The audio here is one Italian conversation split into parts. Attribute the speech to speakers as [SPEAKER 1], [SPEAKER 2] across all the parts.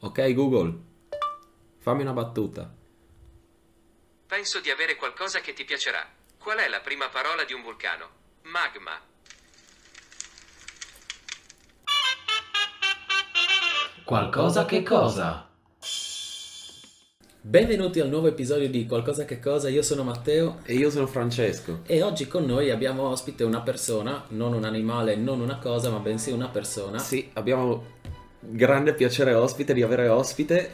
[SPEAKER 1] Ok Google, fammi una battuta.
[SPEAKER 2] Penso di avere qualcosa che ti piacerà. Qual è la prima parola di un vulcano? Magma.
[SPEAKER 3] Qualcosa che cosa?
[SPEAKER 4] Benvenuti al nuovo episodio di Qualcosa che cosa, io sono Matteo
[SPEAKER 1] E io sono Francesco.
[SPEAKER 4] e oggi con noi abbiamo ospite una persona, non un animale, non una cosa, ma bensì una persona.
[SPEAKER 1] Sì, abbiamo grande piacere ospite di avere ospite,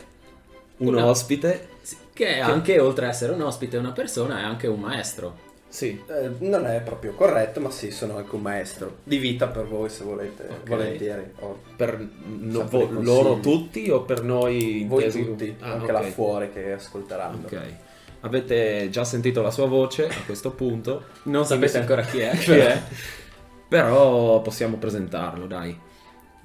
[SPEAKER 1] un
[SPEAKER 4] Una-
[SPEAKER 1] ospite.
[SPEAKER 4] Sì, Che è anche, oltre ad essere un ospite, una persona, è anche un maestro.
[SPEAKER 1] Sì.
[SPEAKER 5] Eh, non è proprio corretto, ma sì, sono anche un maestro di vita per voi se volete,
[SPEAKER 4] Ok.
[SPEAKER 5] volentieri. Oh, o
[SPEAKER 1] Per no-
[SPEAKER 5] Sempre
[SPEAKER 1] vo-
[SPEAKER 5] consigli.
[SPEAKER 1] loro tutti o per noi
[SPEAKER 5] voi
[SPEAKER 1] intesi-
[SPEAKER 5] tutti,
[SPEAKER 1] Ah,
[SPEAKER 5] anche
[SPEAKER 1] ok.
[SPEAKER 5] là fuori che ascolteranno.
[SPEAKER 1] Ok. Avete già sentito la sua voce a questo punto.
[SPEAKER 4] Non sapete
[SPEAKER 1] Invece-
[SPEAKER 4] ancora chi è.
[SPEAKER 1] Chi è? Però possiamo presentarlo, dai.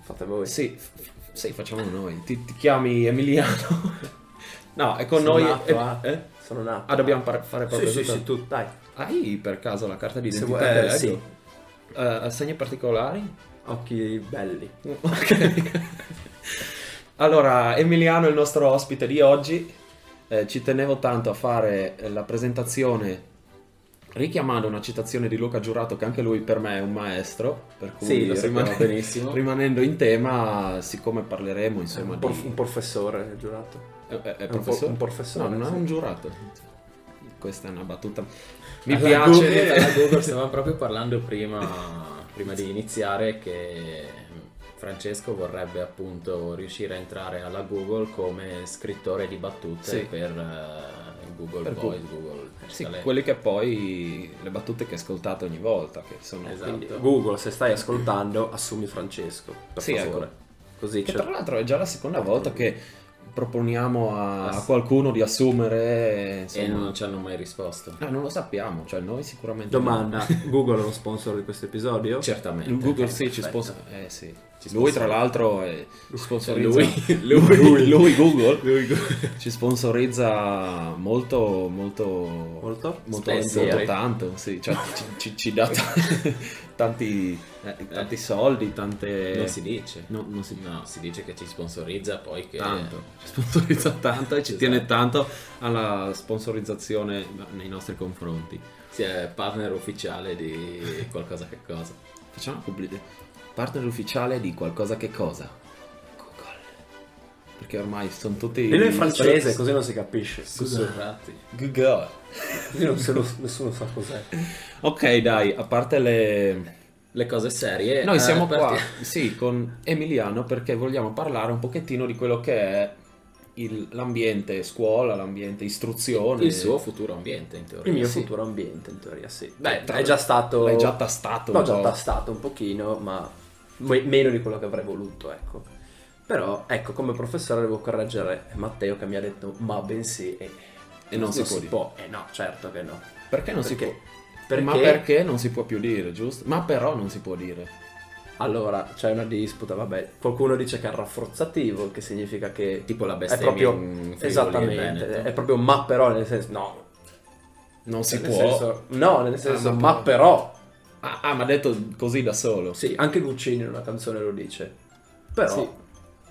[SPEAKER 5] Fate voi.
[SPEAKER 1] Sì, f- f- sì, facciamo noi. Ti, ti chiami Emiliano? no, è con
[SPEAKER 5] Sono
[SPEAKER 1] noi.
[SPEAKER 5] nato,
[SPEAKER 1] eh,
[SPEAKER 5] ah.
[SPEAKER 1] eh?
[SPEAKER 5] Sono nato.
[SPEAKER 1] Ah, dobbiamo par- fare
[SPEAKER 5] Sì,
[SPEAKER 1] proprio
[SPEAKER 5] sì,
[SPEAKER 1] tutto?
[SPEAKER 5] sì, tu, dai.
[SPEAKER 1] Hai per caso la carta di
[SPEAKER 5] Se
[SPEAKER 1] identità
[SPEAKER 5] vuoi- eh,
[SPEAKER 1] del
[SPEAKER 5] sì.
[SPEAKER 1] Lego? Eh, segni particolari?
[SPEAKER 5] Occhi belli.
[SPEAKER 1] Ok. allora, Emiliano è il nostro ospite di oggi. Eh, ci tenevo tanto a fare eh, la presentazione richiamando una citazione di Luca Giurato, che anche lui per me è un maestro. Per cui
[SPEAKER 4] Sì, lo sappiamo
[SPEAKER 1] rimane-
[SPEAKER 4] benissimo.
[SPEAKER 1] Rimanendo in tema, siccome parleremo insomma
[SPEAKER 5] un,
[SPEAKER 1] di...
[SPEAKER 5] prof- un professore, giurato.
[SPEAKER 1] Eh, eh, è
[SPEAKER 5] un
[SPEAKER 1] professore?
[SPEAKER 5] po- un professore,
[SPEAKER 1] No, non
[SPEAKER 5] sì.
[SPEAKER 1] è un giurato. Questa è una battuta. Mi
[SPEAKER 4] Alla
[SPEAKER 1] piace...
[SPEAKER 4] Google, alla Google stavamo proprio parlando prima, prima di iniziare che Francesco vorrebbe appunto riuscire a entrare alla Google come scrittore di battute
[SPEAKER 1] Sì.
[SPEAKER 4] per eh, Google
[SPEAKER 1] Per
[SPEAKER 4] Voice,
[SPEAKER 1] Google.
[SPEAKER 4] Google
[SPEAKER 1] Sì,
[SPEAKER 4] Calendar.
[SPEAKER 1] quelle che poi le battute che ascoltate ogni volta, che sono
[SPEAKER 4] Esatto.
[SPEAKER 5] Quindi, Google, se stai ascoltando, assumi Francesco, per
[SPEAKER 1] Sì, ecco.
[SPEAKER 5] favore. Così
[SPEAKER 1] Che
[SPEAKER 5] c'è...
[SPEAKER 1] tra l'altro è già la seconda volta che proponiamo a,
[SPEAKER 4] Ah, sì.
[SPEAKER 1] a qualcuno di assumere.
[SPEAKER 4] e
[SPEAKER 1] Insomma.
[SPEAKER 4] non ci hanno mai risposto.
[SPEAKER 1] Ah, non lo sappiamo, cioè noi sicuramente. Ah.
[SPEAKER 5] Domanda, Google è uno sponsor di questo episodio?
[SPEAKER 1] Cioè,
[SPEAKER 4] Certamente.
[SPEAKER 1] no. Google
[SPEAKER 4] Ok,
[SPEAKER 1] sì, ci
[SPEAKER 4] perfetto.
[SPEAKER 1] sponsor. Eh sì.
[SPEAKER 4] Ci
[SPEAKER 1] lui,
[SPEAKER 4] sponsorizza.
[SPEAKER 1] tra l'altro, è- sponsorizza.
[SPEAKER 4] Lui-
[SPEAKER 1] lui,
[SPEAKER 4] lui-
[SPEAKER 1] lui, Google.
[SPEAKER 4] Lui Google.
[SPEAKER 1] Ci sponsorizza molto, molto, molto,
[SPEAKER 5] Molto?
[SPEAKER 4] Spesso,
[SPEAKER 1] molto
[SPEAKER 4] eh.
[SPEAKER 1] tanto. Sì. Cioè, ci, ci- ci dà t- tanti, eh, tanti soldi, tante.
[SPEAKER 4] Non Eh, si dice.
[SPEAKER 1] No, non si-
[SPEAKER 4] No, si dice che ci sponsorizza poi che...
[SPEAKER 1] tanto, ci sponsorizza tanto e ci
[SPEAKER 4] Esatto.
[SPEAKER 1] tiene tanto alla sponsorizzazione nei nostri confronti.
[SPEAKER 4] sia partner ufficiale di qualcosa che cosa.
[SPEAKER 1] Facciamo pubblicità. Partner ufficiale di qualcosa che cosa? Google. Perché ormai sono tutti...
[SPEAKER 5] Dillo in francese, così non si capisce.
[SPEAKER 4] Sussurrati.
[SPEAKER 1] Google.
[SPEAKER 5] Così non se lo- nessuno sa cos'è.
[SPEAKER 1] Ok, dai, a parte le...
[SPEAKER 4] Le cose serie.
[SPEAKER 1] Noi
[SPEAKER 4] eh,
[SPEAKER 1] siamo
[SPEAKER 4] perché-
[SPEAKER 1] qua, sì, con Emiliano perché vogliamo parlare un pochettino di quello che è il- l'ambiente scuola, l'ambiente istruzione.
[SPEAKER 4] Il suo futuro ambiente, in teoria.
[SPEAKER 5] Il mio
[SPEAKER 4] Sì.
[SPEAKER 5] futuro ambiente, in teoria, sì.
[SPEAKER 1] Beh,
[SPEAKER 5] Beh,
[SPEAKER 1] tra-
[SPEAKER 5] è già stato...
[SPEAKER 1] L'hai già tastato
[SPEAKER 5] L'ho
[SPEAKER 1] un
[SPEAKER 5] già
[SPEAKER 1] po'.
[SPEAKER 5] tastato un pochino, ma me- meno di quello che avrei voluto, ecco. Però, ecco, come professore devo correggere Matteo che mi ha detto ma bensì e,
[SPEAKER 1] E non si può dire.
[SPEAKER 5] può. Eh no, certo che no.
[SPEAKER 1] Perché non si
[SPEAKER 5] Perché-
[SPEAKER 1] può...
[SPEAKER 5] Perché,
[SPEAKER 1] Ma perché non si può più dire, giusto? Ma però non si può dire.
[SPEAKER 5] Allora, c'è una disputa, vabbè. Qualcuno dice che è rafforzativo, che significa che...
[SPEAKER 4] Tipo la
[SPEAKER 5] È
[SPEAKER 4] bestemmia
[SPEAKER 5] proprio...
[SPEAKER 4] in Friuli e
[SPEAKER 5] Esattamente.
[SPEAKER 4] Veneto.
[SPEAKER 5] È proprio ma però, nel senso... No.
[SPEAKER 1] Non si
[SPEAKER 5] Eh, nel
[SPEAKER 1] può. Ah,
[SPEAKER 5] senso- no, nel senso
[SPEAKER 1] ma
[SPEAKER 5] ma però...
[SPEAKER 1] Ah, ah, ma ha detto così da solo.
[SPEAKER 5] Sì, anche Guccini in una canzone lo dice. Però...
[SPEAKER 1] Sì.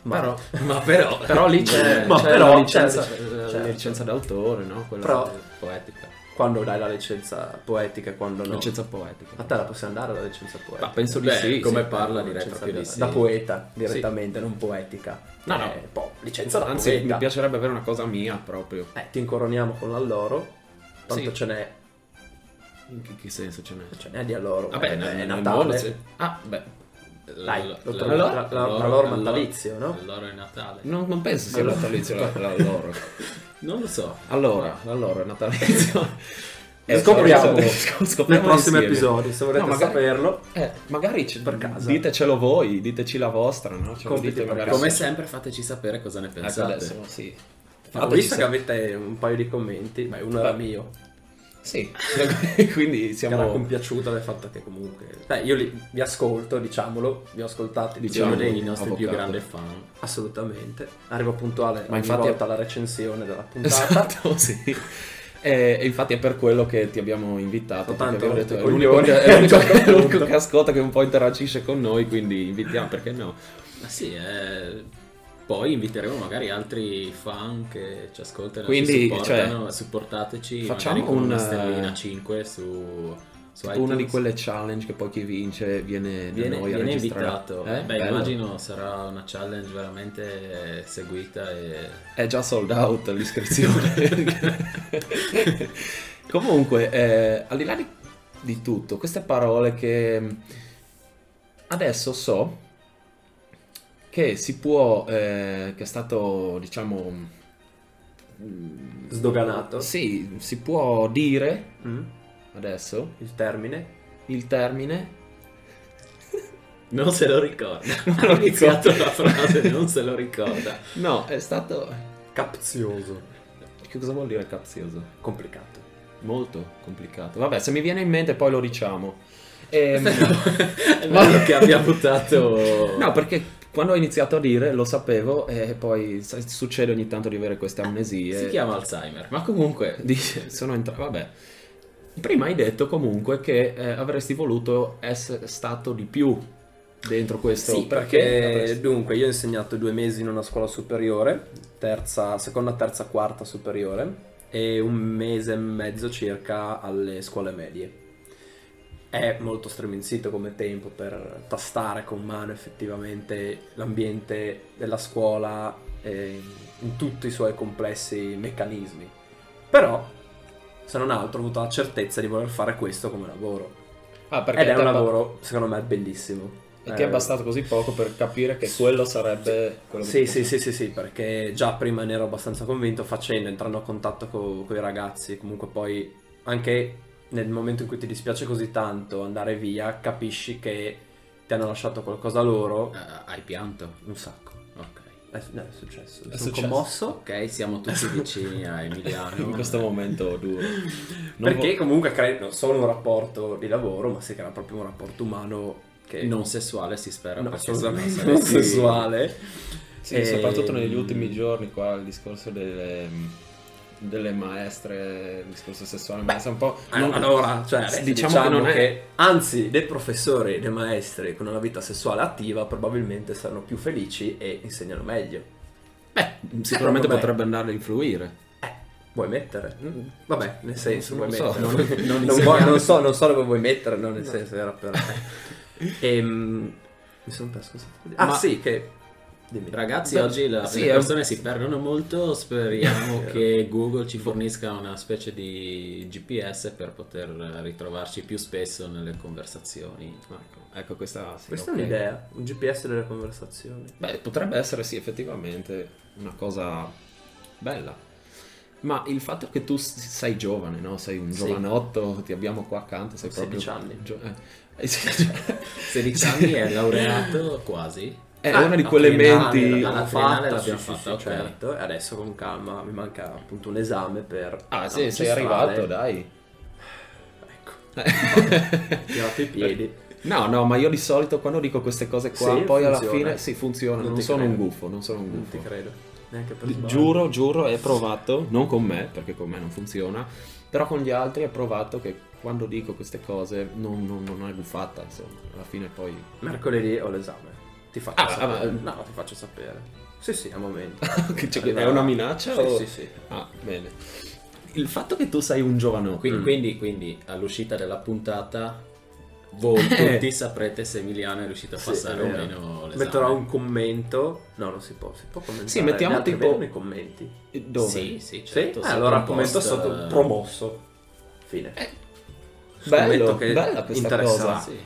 [SPEAKER 5] Ma...
[SPEAKER 1] Però,
[SPEAKER 4] Ma però...
[SPEAKER 1] però lì c'è,
[SPEAKER 5] Ma
[SPEAKER 1] c'è
[SPEAKER 5] però,
[SPEAKER 1] la Eh, cioè, licenza,
[SPEAKER 5] certo,
[SPEAKER 1] la
[SPEAKER 5] certo.
[SPEAKER 1] licenza d'autore, no? Quella
[SPEAKER 5] Però-
[SPEAKER 1] eh, poetica.
[SPEAKER 5] Quando dai la licenza poetica e quando no.
[SPEAKER 1] Licenza poetica.
[SPEAKER 5] A te la possiamo dare la licenza poetica?
[SPEAKER 1] Ma penso di
[SPEAKER 4] Beh,
[SPEAKER 1] sì.
[SPEAKER 4] come
[SPEAKER 1] sì.
[SPEAKER 4] parla
[SPEAKER 5] La
[SPEAKER 4] direi
[SPEAKER 5] licenza
[SPEAKER 4] proprio di
[SPEAKER 5] da,
[SPEAKER 4] sì.
[SPEAKER 5] da poeta direttamente, non poetica.
[SPEAKER 1] No, no.
[SPEAKER 5] Eh, po- licenza da
[SPEAKER 1] Anzi,
[SPEAKER 5] poeta.
[SPEAKER 1] mi piacerebbe avere una cosa mia proprio.
[SPEAKER 5] Eh, ti incoroniamo con l'alloro. Tanto
[SPEAKER 1] Sì.
[SPEAKER 5] ce n'è,
[SPEAKER 1] In che, che senso ce n'è?
[SPEAKER 5] ce n'è di alloro.
[SPEAKER 1] Vabbè,
[SPEAKER 5] Eh,
[SPEAKER 1] nel-
[SPEAKER 5] è
[SPEAKER 1] nel
[SPEAKER 5] Natale.
[SPEAKER 1] mondo c'è- Ah, beh.
[SPEAKER 5] Dai,
[SPEAKER 4] La-
[SPEAKER 5] lo
[SPEAKER 4] la- la-
[SPEAKER 5] trovo- la- la-
[SPEAKER 4] l'oro-
[SPEAKER 5] la loro
[SPEAKER 4] l'oro-
[SPEAKER 5] natalizio, no?
[SPEAKER 4] L'oro è Natale.
[SPEAKER 1] Non, non penso sia
[SPEAKER 5] Allora-
[SPEAKER 1] natalizio la, la loro.
[SPEAKER 4] Non lo so.
[SPEAKER 1] Allora, la loro è natalizio.
[SPEAKER 5] Lo scopriamo. Nel
[SPEAKER 1] Eh, scopriamo
[SPEAKER 5] prossimo
[SPEAKER 1] insieme.
[SPEAKER 5] episodio, se volete
[SPEAKER 1] No, magari-
[SPEAKER 5] saperlo.
[SPEAKER 1] Eh, magari ci-
[SPEAKER 5] Per casa.
[SPEAKER 1] ditecelo voi, diteci la vostra, no? Cioè,
[SPEAKER 5] Compiti
[SPEAKER 1] dite
[SPEAKER 5] per
[SPEAKER 1] magari
[SPEAKER 5] casa.
[SPEAKER 4] Come esatto.
[SPEAKER 1] se-
[SPEAKER 4] sempre fateci sapere cosa ne
[SPEAKER 1] Ecco
[SPEAKER 4] pensate.
[SPEAKER 1] adesso, sì.
[SPEAKER 5] Ho
[SPEAKER 1] Fateci
[SPEAKER 5] Ah, visto che
[SPEAKER 1] sa-
[SPEAKER 5] avete un paio di commenti, ma uno era
[SPEAKER 1] Beh,
[SPEAKER 5] mio.
[SPEAKER 1] Sì, quindi
[SPEAKER 5] Che era
[SPEAKER 1] siamo...
[SPEAKER 5] compiaciuto del fatto che comunque... Beh, io li, vi ascolto, diciamolo, vi ho ascoltati. tutti
[SPEAKER 4] Siamo
[SPEAKER 1] Diciamo,
[SPEAKER 4] dei nostri più
[SPEAKER 1] avvocato.
[SPEAKER 4] grandi fan.
[SPEAKER 5] Assolutamente, arrivo puntuale
[SPEAKER 1] Ma
[SPEAKER 5] ogni
[SPEAKER 1] infatti-
[SPEAKER 5] volta alla recensione della puntata.
[SPEAKER 1] Esatto, sì. E, e infatti è per quello che ti abbiamo invitato, perché
[SPEAKER 5] Tanto
[SPEAKER 1] abbiamo detto è
[SPEAKER 5] coglioni,
[SPEAKER 1] l'unico, che- è
[SPEAKER 5] a un
[SPEAKER 1] l'unico-
[SPEAKER 5] certo
[SPEAKER 1] è l'unico
[SPEAKER 5] punto.
[SPEAKER 1] che ascolta che un po' interagisce con noi, quindi invitiamo, perché no?
[SPEAKER 4] Ma sì, è... eh, Poi inviteremo magari altri fan che ci ascoltano e
[SPEAKER 1] Quindi, cioè,
[SPEAKER 4] ci supportano. supportateci
[SPEAKER 1] facciamo
[SPEAKER 4] magari con una
[SPEAKER 1] un,
[SPEAKER 4] stellina
[SPEAKER 1] eh,
[SPEAKER 4] 5 su, su
[SPEAKER 1] Tipo una
[SPEAKER 4] iTunes.
[SPEAKER 1] di quelle challenge che poi chi vince viene, da
[SPEAKER 4] Viene,
[SPEAKER 1] noi a
[SPEAKER 4] viene
[SPEAKER 1] registrare.
[SPEAKER 4] invitato.
[SPEAKER 1] Eh,
[SPEAKER 4] Beh,
[SPEAKER 1] bello.
[SPEAKER 4] immagino sarà una challenge veramente eh, seguita e
[SPEAKER 1] È già sold out l'iscrizione. Comunque, eh, al di là di, di tutto, queste parole che mh, adesso so che si può, eh, che è stato, diciamo, mh,
[SPEAKER 5] Sdoganato.
[SPEAKER 1] sì, si può dire
[SPEAKER 5] Mm?
[SPEAKER 1] adesso
[SPEAKER 5] Il termine.
[SPEAKER 1] il termine
[SPEAKER 4] non se lo ricorda.
[SPEAKER 1] Non
[SPEAKER 4] Ha
[SPEAKER 1] lo
[SPEAKER 4] iniziato
[SPEAKER 1] ricordo.
[SPEAKER 4] la frase, non se lo ricorda.
[SPEAKER 1] No, è stato...
[SPEAKER 5] Capzioso.
[SPEAKER 1] Che cosa vuol dire capzioso?
[SPEAKER 5] Complicato.
[SPEAKER 1] Molto complicato. Vabbè, se mi viene in mente poi lo diciamo. Ehm,
[SPEAKER 4] È bello che abbia buttato.
[SPEAKER 1] No, perché quando ho iniziato a dire lo sapevo e poi sai, succede ogni tanto di avere queste amnesie.
[SPEAKER 4] si chiama Alzheimer, ma comunque
[SPEAKER 1] Di- sono entrato... Vabbè. Prima hai detto comunque che eh, avresti voluto essere stato di più dentro questo. Ah,
[SPEAKER 5] Sì, perché Eh, dunque io ho insegnato due mesi in una scuola superiore, terza, seconda, terza, quarta superiore e un mese e mezzo circa alle scuole medie. È molto striminzito come tempo per tastare con mano effettivamente l'ambiente della scuola eh, in tutti i suoi complessi meccanismi. Però, se non altro, ho avuto la certezza di voler fare questo come lavoro.
[SPEAKER 1] Ah, perché
[SPEAKER 5] Ed è
[SPEAKER 1] ti
[SPEAKER 5] un
[SPEAKER 1] abba-
[SPEAKER 5] lavoro, secondo me, bellissimo.
[SPEAKER 1] e ti è
[SPEAKER 5] Eh,
[SPEAKER 1] bastato così poco per capire che quello sarebbe quello che
[SPEAKER 5] sì,
[SPEAKER 1] ti-
[SPEAKER 5] sì, sì, sì, sì, perché già prima ne ero abbastanza convinto facendo, entrando a contatto con i ragazzi, comunque poi anche nel momento in cui ti dispiace così tanto andare via, capisci che ti hanno lasciato qualcosa
[SPEAKER 1] Eh.
[SPEAKER 5] loro,
[SPEAKER 4] Ah, hai pianto.
[SPEAKER 5] un sacco.
[SPEAKER 4] Ok.
[SPEAKER 5] È, no, è successo, mi
[SPEAKER 1] È
[SPEAKER 5] sono
[SPEAKER 1] successo.
[SPEAKER 5] commosso.
[SPEAKER 4] Ok, siamo tutti vicini a Emiliano.
[SPEAKER 1] in eh. questo momento duro. Non
[SPEAKER 5] perché
[SPEAKER 1] vo-
[SPEAKER 5] comunque crei non solo un rapporto di lavoro, ma si crea proprio un rapporto umano che
[SPEAKER 4] Eh, Non sessuale si spera
[SPEAKER 5] no,
[SPEAKER 4] perché
[SPEAKER 5] assolutamente
[SPEAKER 4] sennò
[SPEAKER 5] non
[SPEAKER 4] saresti-
[SPEAKER 5] sessuale.
[SPEAKER 1] Sì,
[SPEAKER 5] E-
[SPEAKER 1] soprattutto
[SPEAKER 5] Ehm,
[SPEAKER 1] negli ultimi giorni qua il discorso delle, delle maestre, il discorso sessuale, ma è un po'... non-
[SPEAKER 5] allora, cioè,
[SPEAKER 1] S-
[SPEAKER 5] adesso
[SPEAKER 1] diciamo
[SPEAKER 5] diciamo,
[SPEAKER 1] che non è-
[SPEAKER 5] che, anzi, dei professori, dei maestri con una vita sessuale attiva probabilmente saranno più felici e insegnano meglio.
[SPEAKER 1] Beh, sicuramente
[SPEAKER 5] Eh, vabbè.
[SPEAKER 1] potrebbe andare a influire.
[SPEAKER 5] Eh, Vuoi mettere? Vabbè, nel senso,
[SPEAKER 1] Mm. Non
[SPEAKER 5] vuoi
[SPEAKER 1] lo so,
[SPEAKER 5] mettere.
[SPEAKER 1] non- non
[SPEAKER 5] Non
[SPEAKER 1] insegniamo.
[SPEAKER 5] vuoi- non so, non so dove vuoi mettere, no, nel senso, era per...
[SPEAKER 1] Ecco,
[SPEAKER 5] Ehm, mi sono perso cosa stavo dicendo. Ah,
[SPEAKER 4] Ma-
[SPEAKER 5] sì, che... Dimmi.
[SPEAKER 4] Ragazzi,
[SPEAKER 1] Beh,
[SPEAKER 4] oggi la-
[SPEAKER 1] sì,
[SPEAKER 4] le
[SPEAKER 1] è-
[SPEAKER 4] persone si perdono molto. Speriamo
[SPEAKER 5] Vero.
[SPEAKER 4] che Google ci fornisca una specie di GPS per poter ritrovarci più spesso nelle conversazioni.
[SPEAKER 1] Ecco, ecco, questa... sì,
[SPEAKER 5] Questa
[SPEAKER 1] ok.
[SPEAKER 5] è un'idea, un GPS delle conversazioni.
[SPEAKER 1] Beh, potrebbe essere sì, effettivamente una cosa bella. Ma il fatto che tu s- sei giovane, no? Sei un
[SPEAKER 5] Sì.
[SPEAKER 1] giovanotto, ti abbiamo qua accanto, sei proprio...
[SPEAKER 5] 16 anni.
[SPEAKER 1] gio- eh, eh, sì, cioè,
[SPEAKER 4] 16 anni è laureato quasi.
[SPEAKER 1] È
[SPEAKER 5] Ah,
[SPEAKER 1] una di
[SPEAKER 5] la
[SPEAKER 1] quelle
[SPEAKER 5] triennale
[SPEAKER 1] menti...
[SPEAKER 4] la-
[SPEAKER 5] l'abbiamo
[SPEAKER 4] triennale
[SPEAKER 5] fatta,
[SPEAKER 4] l'abbiamo
[SPEAKER 5] sì, sì,
[SPEAKER 4] fatta,
[SPEAKER 5] sì,
[SPEAKER 4] ok.
[SPEAKER 5] certo. E adesso con calma mi manca appunto un esame per...
[SPEAKER 1] Ah,
[SPEAKER 5] la
[SPEAKER 1] sì, sei
[SPEAKER 5] magistrale.
[SPEAKER 1] arrivato, dai.
[SPEAKER 5] Ecco. tirato i piedi.
[SPEAKER 1] No, no, ma io di solito quando dico queste cose qua,
[SPEAKER 5] Sì,
[SPEAKER 1] poi alla
[SPEAKER 5] funziona.
[SPEAKER 1] fine sì, funziona, non,
[SPEAKER 5] Non ti
[SPEAKER 1] sono
[SPEAKER 5] credo.
[SPEAKER 1] un gufo, non sono un
[SPEAKER 5] Non ti
[SPEAKER 1] gufo.
[SPEAKER 5] credo. Neanche per
[SPEAKER 1] Di-
[SPEAKER 5] sbaglio.
[SPEAKER 1] Giuro, giuro, è provato, non con me, perché con me non funziona, però con gli altri è provato che quando dico queste cose non, non- non è gufata, insomma, alla fine poi...
[SPEAKER 5] Mercoledì ho l'esame. Ti faccio
[SPEAKER 1] Ah,
[SPEAKER 5] sapere.
[SPEAKER 1] ma-
[SPEAKER 5] No, ti faccio sapere. Sì, sì, a momento.
[SPEAKER 1] Che c'è- è una minaccia
[SPEAKER 5] Sì,
[SPEAKER 1] o-
[SPEAKER 5] sì, sì.
[SPEAKER 1] Ah, bene. Mm. Il fatto che tu sei un giovane,
[SPEAKER 4] Quindi,
[SPEAKER 5] Mm.
[SPEAKER 1] quindi...
[SPEAKER 4] quindi- quindi all'uscita della puntata, voi
[SPEAKER 1] Eh.
[SPEAKER 4] tutti saprete se Emiliano è riuscito a
[SPEAKER 5] Sì,
[SPEAKER 4] passare
[SPEAKER 5] è
[SPEAKER 4] o
[SPEAKER 5] vero.
[SPEAKER 4] meno l'esame.
[SPEAKER 5] Metterò un commento. No, non si può, si può commentare.
[SPEAKER 1] Sì, mettiamo
[SPEAKER 5] Gli altri
[SPEAKER 1] tipo-
[SPEAKER 5] vedono i commenti.
[SPEAKER 1] Dove?
[SPEAKER 4] Sì, sì,
[SPEAKER 5] Sì?
[SPEAKER 4] certo.
[SPEAKER 5] Eh,
[SPEAKER 4] sotto
[SPEAKER 5] allora
[SPEAKER 4] un
[SPEAKER 5] commento
[SPEAKER 4] post,
[SPEAKER 5] sotto
[SPEAKER 4] eh,
[SPEAKER 5] promosso. Fine.
[SPEAKER 1] Eh, Bello,
[SPEAKER 5] Scommetto che
[SPEAKER 1] bella questa
[SPEAKER 5] interesserà.
[SPEAKER 1] cosa.
[SPEAKER 4] Sì.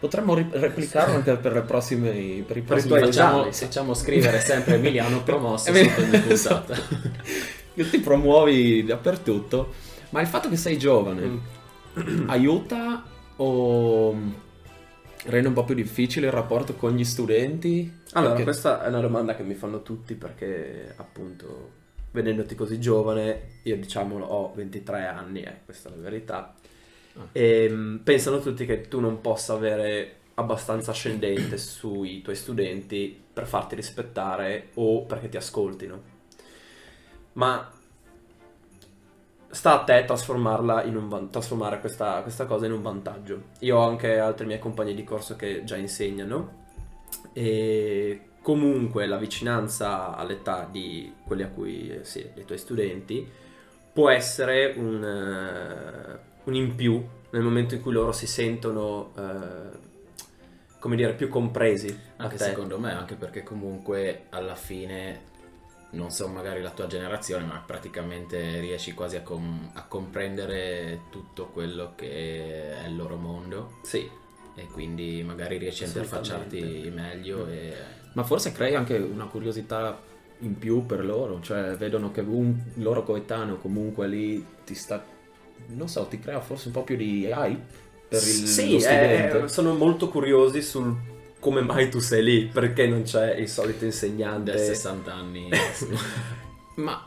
[SPEAKER 1] Potremmo ri- replicarlo anche per, le prossime, per i prossimi
[SPEAKER 5] tuoi
[SPEAKER 4] Facciamo,
[SPEAKER 5] esami.
[SPEAKER 4] facciamo scrivere sempre Emiliano promosso
[SPEAKER 1] Eh,
[SPEAKER 4] sotto ogni
[SPEAKER 1] esatto.
[SPEAKER 4] puntata.
[SPEAKER 1] Io ti promuovi dappertutto, ma il fatto che sei giovane
[SPEAKER 4] Mm.
[SPEAKER 1] aiuta o mm, rende un po' più difficile il rapporto con gli studenti?
[SPEAKER 5] Allora,
[SPEAKER 1] Perché-
[SPEAKER 5] questa è una domanda che mi fanno tutti perché, appunto, vedendoti così giovane, io diciamo ho 23 anni, eh, questa è la verità,
[SPEAKER 1] Ah.
[SPEAKER 5] Ehm, pensano tutti che tu non possa avere abbastanza ascendente sui tuoi studenti per farti rispettare o perché ti ascoltino. Ma sta a te trasformarla in un van- trasformare questa, questa cosa in un vantaggio. Io ho anche altri miei compagni di corso che già insegnano e comunque la vicinanza all'età di quelli a cui eh, sì, dei tuoi studenti può essere un, eh, un in più nel momento in cui loro si sentono eh, come dire più compresi a
[SPEAKER 4] Anche
[SPEAKER 5] te.
[SPEAKER 4] secondo me, anche perché comunque alla fine, non so magari la tua generazione, ma praticamente riesci quasi a, com- a comprendere tutto quello che è il loro mondo
[SPEAKER 5] Sì,
[SPEAKER 4] e quindi magari riesci a
[SPEAKER 5] Assolutamente.
[SPEAKER 4] interfacciarti meglio e...
[SPEAKER 1] Ma forse crei anche una curiosità in più per loro, cioè vedono che un loro coetaneo comunque lì ti sta, non so, ti crea forse un po' più di hype per il
[SPEAKER 5] sì,
[SPEAKER 1] lo
[SPEAKER 5] eh,
[SPEAKER 1] studente.
[SPEAKER 5] sono molto curiosi sul come mai tu sei lì, perché non c'è il solito
[SPEAKER 4] Del
[SPEAKER 5] insegnante.
[SPEAKER 4] 60 anni
[SPEAKER 5] eh,
[SPEAKER 1] Ma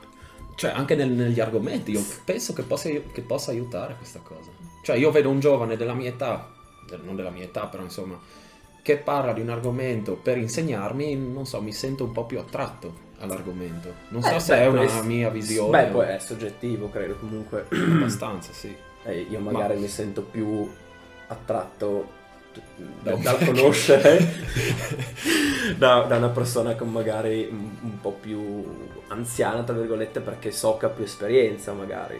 [SPEAKER 1] cioè, anche nel- negli argomenti, io penso che possa, che possa aiutare questa cosa. Cioè, io vedo un giovane della mia età, de- non della mia età, però insomma, che parla di un argomento per insegnarmi, non so, mi sento un po' più attratto all'argomento. Non so
[SPEAKER 5] Eh,
[SPEAKER 1] se
[SPEAKER 5] beh,
[SPEAKER 1] è una
[SPEAKER 5] questo-
[SPEAKER 1] mia visione.
[SPEAKER 5] Beh, poi è soggettivo, credo comunque.
[SPEAKER 1] Abbastanza, sì.
[SPEAKER 5] Eh, io magari mi sento più attratto
[SPEAKER 1] Da
[SPEAKER 5] da-
[SPEAKER 1] un-
[SPEAKER 5] dal conoscere da, da una persona con magari un, un po' più anziana, tra virgolette, perché so che ha più esperienza, magari.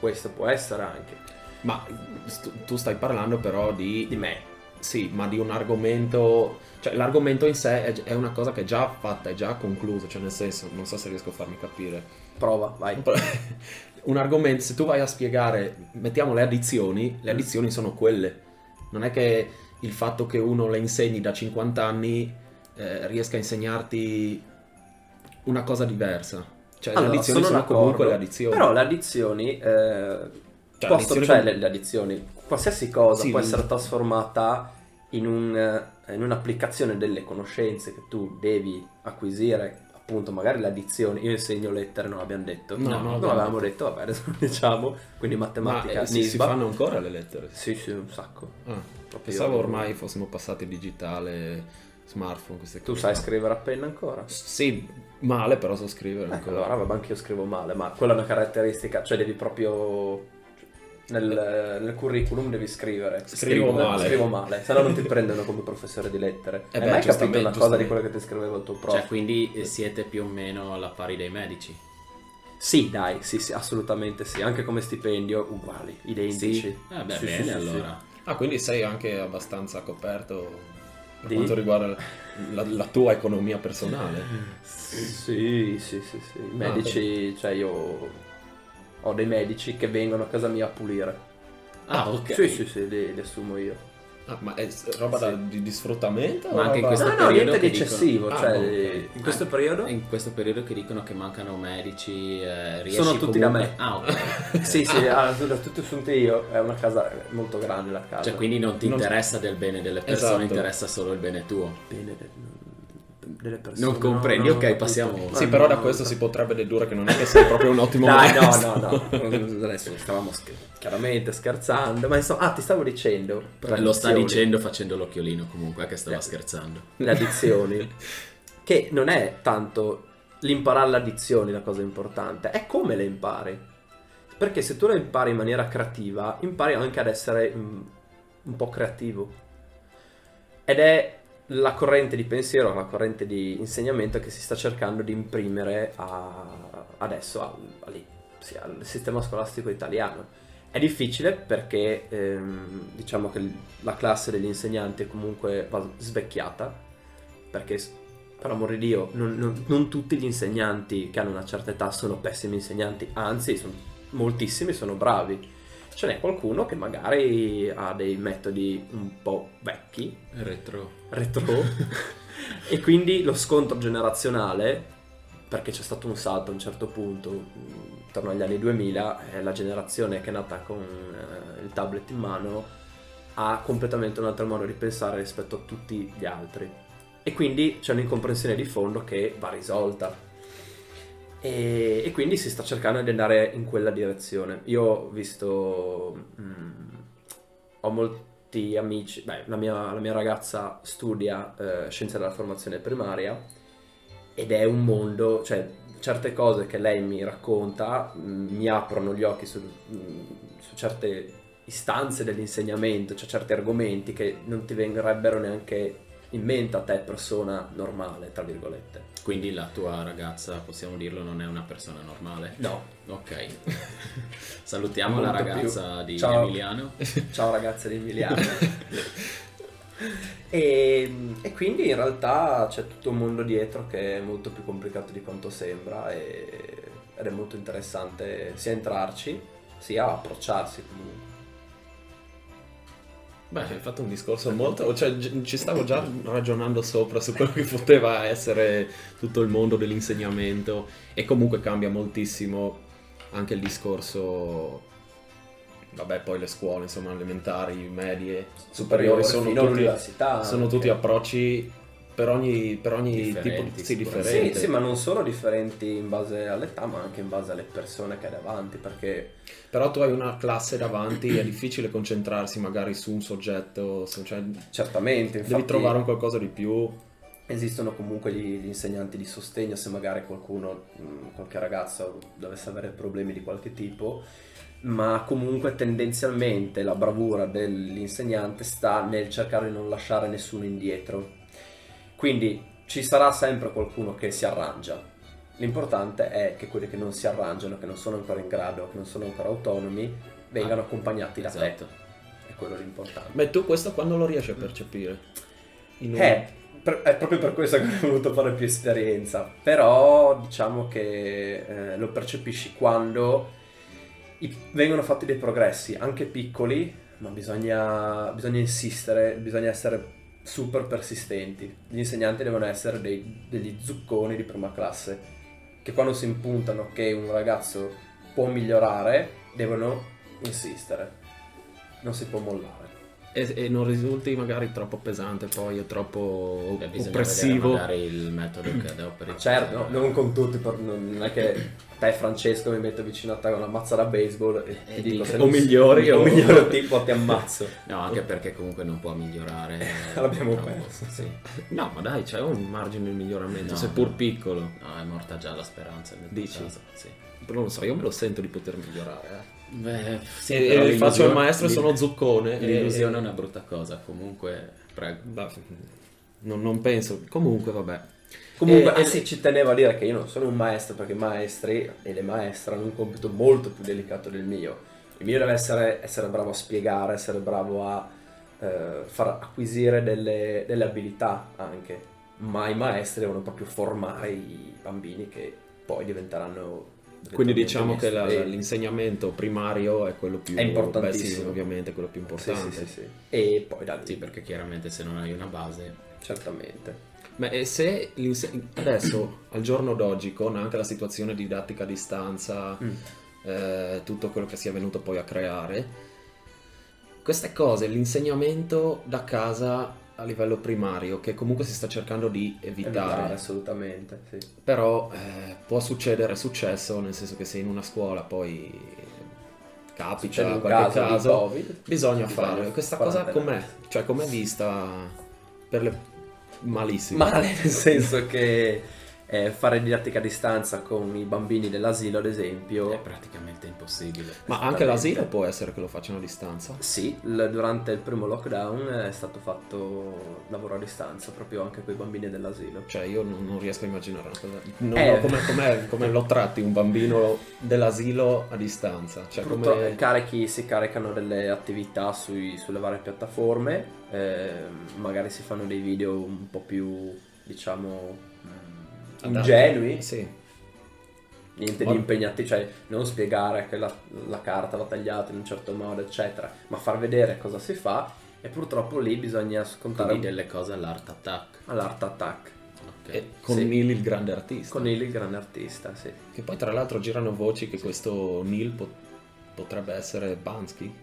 [SPEAKER 5] Questo può essere anche
[SPEAKER 1] Ma st- tu stai parlando però di,
[SPEAKER 5] di me.
[SPEAKER 1] Sì, ma di un argomento... Cioè, l'argomento in sé è, è una cosa che è già fatta, è già conclusa, cioè nel senso, non so se riesco a farmi capire.
[SPEAKER 5] Prova, vai.
[SPEAKER 1] un argomento, se tu vai a spiegare, mettiamo le addizioni,
[SPEAKER 5] Mm.
[SPEAKER 1] le addizioni sono quelle. Non è che il fatto che uno le insegni da 50 anni eh, riesca a insegnarti una cosa diversa. Cioè, le
[SPEAKER 5] Allora,
[SPEAKER 1] addizioni sono,
[SPEAKER 5] d'accordo,
[SPEAKER 1] comunque le addizioni. Cioè,
[SPEAKER 5] Però le addizioni, eh, posso-
[SPEAKER 1] addizioni
[SPEAKER 5] cioè,
[SPEAKER 1] con-
[SPEAKER 5] le, le addizioni, qualsiasi cosa
[SPEAKER 1] Sì,
[SPEAKER 5] può
[SPEAKER 1] un-
[SPEAKER 5] essere trasformata in, un, eh, in un'applicazione delle conoscenze che tu devi acquisire, appunto, magari le addizioni. Io insegno lettere, non l'abbiamo detto.
[SPEAKER 1] No, non l'abbiamo
[SPEAKER 5] l'avevamo detto, vabbè, adesso lo diciamo. Quindi
[SPEAKER 1] ma
[SPEAKER 5] matematica,
[SPEAKER 1] eh, sì, si
[SPEAKER 5] Nisba.
[SPEAKER 1] fanno ancora le lettere.
[SPEAKER 5] Sì, sì, un sacco.
[SPEAKER 1] Ah,
[SPEAKER 5] Proprio-
[SPEAKER 1] pensavo ormai fossimo passati digitale, smartphone, queste
[SPEAKER 5] Tu
[SPEAKER 1] cose.
[SPEAKER 5] sai
[SPEAKER 1] No.
[SPEAKER 5] scrivere a penna ancora?
[SPEAKER 1] Sì, male, però so scrivere
[SPEAKER 5] Ecco,
[SPEAKER 1] ancora.
[SPEAKER 5] allora, vabbè, anche io scrivo male, ma quella è una caratteristica, cioè devi proprio... Nel, nel curriculum devi scrivere.
[SPEAKER 1] Scrivo male.
[SPEAKER 5] Scrivo male, se no non ti prendono come professore di lettere.
[SPEAKER 1] Eh beh,
[SPEAKER 5] Hai mai capito
[SPEAKER 1] giustamente,
[SPEAKER 5] una cosa
[SPEAKER 1] giustamente.
[SPEAKER 5] di quello che ti scriveva il tuo prof?
[SPEAKER 4] Cioè quindi siete più o meno alla pari dei medici
[SPEAKER 5] sì, dai, sì, sì, assolutamente sì. Anche come stipendio, uguali, identici.
[SPEAKER 4] Eh beh
[SPEAKER 5] Sì, sì,
[SPEAKER 4] bene
[SPEAKER 5] sì, sì.
[SPEAKER 4] allora
[SPEAKER 1] Ah, quindi sei anche abbastanza coperto per
[SPEAKER 5] Di?
[SPEAKER 1] quanto riguarda la, la- la tua economia personale.
[SPEAKER 5] Sì, sì, sì, sì. I medici, cioè io ho dei medici che vengono a casa mia a pulire.
[SPEAKER 4] Ah ok
[SPEAKER 5] Sì, sì, sì, li, li assumo io.
[SPEAKER 1] Ah, ma è s- roba
[SPEAKER 4] Sì.
[SPEAKER 1] da- di, di sfruttamento? o
[SPEAKER 4] Ma anche in
[SPEAKER 1] roba-
[SPEAKER 4] questo
[SPEAKER 5] No, no,
[SPEAKER 4] periodo
[SPEAKER 5] niente di
[SPEAKER 4] che dicono-
[SPEAKER 5] eccessivo,
[SPEAKER 1] Ah,
[SPEAKER 5] cioè
[SPEAKER 1] ok.
[SPEAKER 5] in questo periodo
[SPEAKER 4] In questo periodo che dicono che mancano medici, eh, riesci
[SPEAKER 5] Sono tutti da
[SPEAKER 4] comunque-
[SPEAKER 5] me.
[SPEAKER 4] Ah, ok.
[SPEAKER 5] Sì, sì, ah, sono tutti assunti io. È una casa molto grande la casa.
[SPEAKER 4] Cioè, quindi non ti
[SPEAKER 1] Non-
[SPEAKER 4] interessa del bene delle persone,
[SPEAKER 1] Esatto.
[SPEAKER 4] interessa solo il bene tuo.
[SPEAKER 5] Bene, delle persone.
[SPEAKER 4] Non comprendi, ok, passiamo.
[SPEAKER 1] Sì, però da questo si potrebbe dedurre che non è che sei proprio un ottimo
[SPEAKER 5] Dai, no,
[SPEAKER 1] maestro.
[SPEAKER 5] no, no. Adesso stavamo sch- chiaramente scherzando, ma insomma, ah, ti stavo dicendo. per
[SPEAKER 4] Lo sta
[SPEAKER 5] addizioni,
[SPEAKER 4] dicendo facendo l'occhiolino comunque, eh, che stava
[SPEAKER 5] Eh.
[SPEAKER 4] scherzando.
[SPEAKER 5] Le addizioni. che non è tanto l'imparare le addizioni la cosa importante, è come le impari. Perché se tu le impari in maniera creativa, impari anche ad essere mm, un po' creativo. Ed è la corrente di pensiero, la corrente di insegnamento che si sta cercando di imprimere a- adesso al, al- sì, al sistema scolastico italiano. È difficile perché ehm, diciamo che l- la classe degli insegnanti comunque va svecchiata, perché s- per amor di Dio non, non- non tutti gli insegnanti che hanno una certa età sono pessimi insegnanti, anzi sono- moltissimi sono bravi. Ce n'è qualcuno che magari ha dei metodi un po' vecchi,
[SPEAKER 4] Retro.
[SPEAKER 5] retro e quindi lo scontro generazionale perché c'è stato un salto a un certo punto mh, intorno agli anni 2000 eh, la generazione che è nata con eh, il tablet in mano ha completamente un altro modo di pensare rispetto a tutti gli altri e quindi c'è un'incomprensione di fondo che va risolta e, e quindi si sta cercando di andare in quella direzione io ho visto mh, ho molti amici, beh, la mia, la mia ragazza studia eh, scienze della formazione primaria ed è un mondo, cioè certe cose che lei mi racconta mh, mi aprono gli occhi su, mh, su certe istanze dell'insegnamento, cioè certi argomenti che non ti verrebbero neanche inventa te persona normale, tra virgolette.
[SPEAKER 4] Quindi la tua ragazza, possiamo dirlo, non è una persona normale?
[SPEAKER 5] No.
[SPEAKER 4] Ok. Salutiamo la
[SPEAKER 5] Molto più.
[SPEAKER 4] ragazza di
[SPEAKER 5] Ciao.
[SPEAKER 4] Emiliano.
[SPEAKER 5] Ciao ragazze di Emiliano. e, e quindi in realtà c'è tutto un mondo dietro che è molto più complicato di quanto sembra e- ed è molto interessante sia entrarci sia approcciarsi comunque.
[SPEAKER 1] Beh, hai fatto un discorso molto... Cioè, gi- ci stavo già ragionando sopra su quello che poteva essere tutto il mondo dell'insegnamento e comunque cambia moltissimo anche il discorso... Vabbè, poi le scuole, insomma, elementari, medie, superiori, sono
[SPEAKER 5] fino
[SPEAKER 1] tutti,
[SPEAKER 5] all'università.
[SPEAKER 1] sono
[SPEAKER 5] anche.
[SPEAKER 1] tutti approcci per ogni, per ogni
[SPEAKER 4] Differenti,
[SPEAKER 1] tipo... Sì,
[SPEAKER 4] sicuramente.
[SPEAKER 1] differenti.
[SPEAKER 5] Sì, sì, ma non solo differenti in base all'età, ma anche in base alle persone che hai davanti, perché
[SPEAKER 1] Però tu hai una classe davanti, è difficile concentrarsi magari su un soggetto, su- cioè
[SPEAKER 5] certamente infatti,
[SPEAKER 1] devi trovare un qualcosa di più.
[SPEAKER 5] esistono comunque gli, gli insegnanti di sostegno se magari qualcuno, mh, qualche ragazzo dovesse avere problemi di qualche tipo, ma comunque tendenzialmente la bravura dell'insegnante sta nel cercare di non lasciare nessuno indietro. Quindi ci sarà sempre qualcuno che si arrangia. L'importante è che quelli che non si arrangiano, che non sono ancora in grado, che non sono ancora autonomi, vengano accompagnati da
[SPEAKER 4] Esatto.
[SPEAKER 5] te. È quello l'importante.
[SPEAKER 1] Ma tu questo quando lo riesci a percepire? In un-
[SPEAKER 5] Eh, per- è proprio per questo che ho voluto fare più esperienza, però diciamo che eh, lo percepisci quando i- vengono fatti dei progressi, anche piccoli, ma bisogna, bisogna insistere, bisogna essere super persistenti. Gli insegnanti devono essere dei- degli zucconi di prima classe, che quando si impuntano che un ragazzo può migliorare, devono insistere, non si può mollare.
[SPEAKER 1] E, e non risulti magari troppo pesante poi o troppo
[SPEAKER 4] Beh, bisogna
[SPEAKER 1] oppressivo.
[SPEAKER 4] vedere magari il metodo che Eh, adoperi.
[SPEAKER 5] Ma Certo, no, non con tutti, per- non non è che te Francesco mi metto vicino a te con una mazza da baseball e ti
[SPEAKER 4] E
[SPEAKER 5] dico
[SPEAKER 4] dico,
[SPEAKER 5] se
[SPEAKER 1] o
[SPEAKER 5] non-
[SPEAKER 1] migliori
[SPEAKER 5] o
[SPEAKER 1] o-
[SPEAKER 5] migliore tipo ti ammazzo.
[SPEAKER 4] No, anche perché comunque non può migliorare.
[SPEAKER 5] L'abbiamo
[SPEAKER 4] troppo.
[SPEAKER 5] perso.
[SPEAKER 4] Sì.
[SPEAKER 1] No, ma dai, c'è un margine di miglioramento,
[SPEAKER 4] No,
[SPEAKER 1] seppur
[SPEAKER 4] no.
[SPEAKER 1] piccolo.
[SPEAKER 4] No, è morta già la speranza nel mio
[SPEAKER 1] Dici?
[SPEAKER 4] caso, Sì.
[SPEAKER 1] Però non so, io me lo sento di poter migliorare. eh.
[SPEAKER 4] Beh, sì,
[SPEAKER 1] E-
[SPEAKER 5] eh,
[SPEAKER 4] però
[SPEAKER 1] e eh, faccio il
[SPEAKER 4] l'illusione-
[SPEAKER 1] maestro e
[SPEAKER 4] l'i-
[SPEAKER 1] sono zuccone. e-
[SPEAKER 4] L'illusione è
[SPEAKER 1] e-
[SPEAKER 4] una brutta cosa, comunque, prego.
[SPEAKER 1] Beh, non, non penso. Comunque, vabbè. Eh,
[SPEAKER 5] Comunque,
[SPEAKER 1] E-
[SPEAKER 5] ah
[SPEAKER 1] e-
[SPEAKER 5] sì, ci tenevo a dire che io non sono un maestro perché i maestri e le maestre hanno un compito molto più delicato del mio. Il mio deve essere, essere bravo a spiegare, essere bravo a eh, far acquisire delle, delle abilità anche, ma i maestri devono proprio formare i bambini che poi diventeranno...
[SPEAKER 1] Quindi diciamo che la-
[SPEAKER 5] maestri.
[SPEAKER 1] l'insegnamento primario è quello più
[SPEAKER 5] È importantissimo.
[SPEAKER 1] beh, sì, ovviamente è quello più
[SPEAKER 5] Sì,
[SPEAKER 1] importante.
[SPEAKER 5] sì, sì, sì. E poi da lì,
[SPEAKER 4] Sì, perché chiaramente se non hai una base,
[SPEAKER 5] certamente.
[SPEAKER 1] Ma e se l'inse- adesso, al giorno d'oggi, con anche la situazione didattica a distanza,
[SPEAKER 5] Mm.
[SPEAKER 1] eh, tutto quello che si è venuto poi a creare, queste cose, l'insegnamento da casa a livello primario, che comunque si sta cercando di evitare,
[SPEAKER 5] Evitare, assolutamente, sì.
[SPEAKER 1] però eh, può succedere, è successo, nel senso che se in una scuola poi capita
[SPEAKER 5] Succede un
[SPEAKER 1] qualche
[SPEAKER 5] Cioè, caso di
[SPEAKER 1] caso
[SPEAKER 5] Covid,
[SPEAKER 1] bisogna
[SPEAKER 5] bisogna
[SPEAKER 1] farlo.
[SPEAKER 5] fare
[SPEAKER 1] Questa
[SPEAKER 5] una
[SPEAKER 1] cosa com'è?
[SPEAKER 5] quarantena.
[SPEAKER 1] Cioè com'è vista per le... malissimo.
[SPEAKER 5] male nel senso che eh, fare didattica a distanza con i bambini dell'asilo, ad esempio,
[SPEAKER 4] è praticamente impossibile.
[SPEAKER 1] Ma anche l'asilo può essere che lo facciano a distanza.
[SPEAKER 5] Sì, l- durante il primo lockdown è stato fatto lavoro a distanza proprio anche con i bambini dell'asilo.
[SPEAKER 1] Cioè, io non, non riesco a immaginare una cosa. Non
[SPEAKER 5] Eh.
[SPEAKER 1] ho- com'è- com'è- come lo tratti un bambino dell'asilo a distanza? Cioè, come.
[SPEAKER 5] Purtro- carichi- si caricano delle attività sui- sulle varie piattaforme, ehm, magari si fanno dei video un po' più, diciamo, mh,
[SPEAKER 1] Adatti.
[SPEAKER 5] ingenui,
[SPEAKER 1] Sì.
[SPEAKER 5] niente
[SPEAKER 1] Ma-
[SPEAKER 5] di impegnati, cioè non spiegare che la, la carta va tagliata in un certo modo, eccetera, ma far vedere cosa si fa e purtroppo lì bisogna scontare
[SPEAKER 4] Quindi delle cose all'art attack.
[SPEAKER 5] all'art attack
[SPEAKER 4] Ok.
[SPEAKER 1] E con
[SPEAKER 5] Sì.
[SPEAKER 1] Neil il grande artista.
[SPEAKER 5] con il grande artista, sì.
[SPEAKER 1] Che poi, tra l'altro, girano voci che questo Neil pot- potrebbe essere Bansky.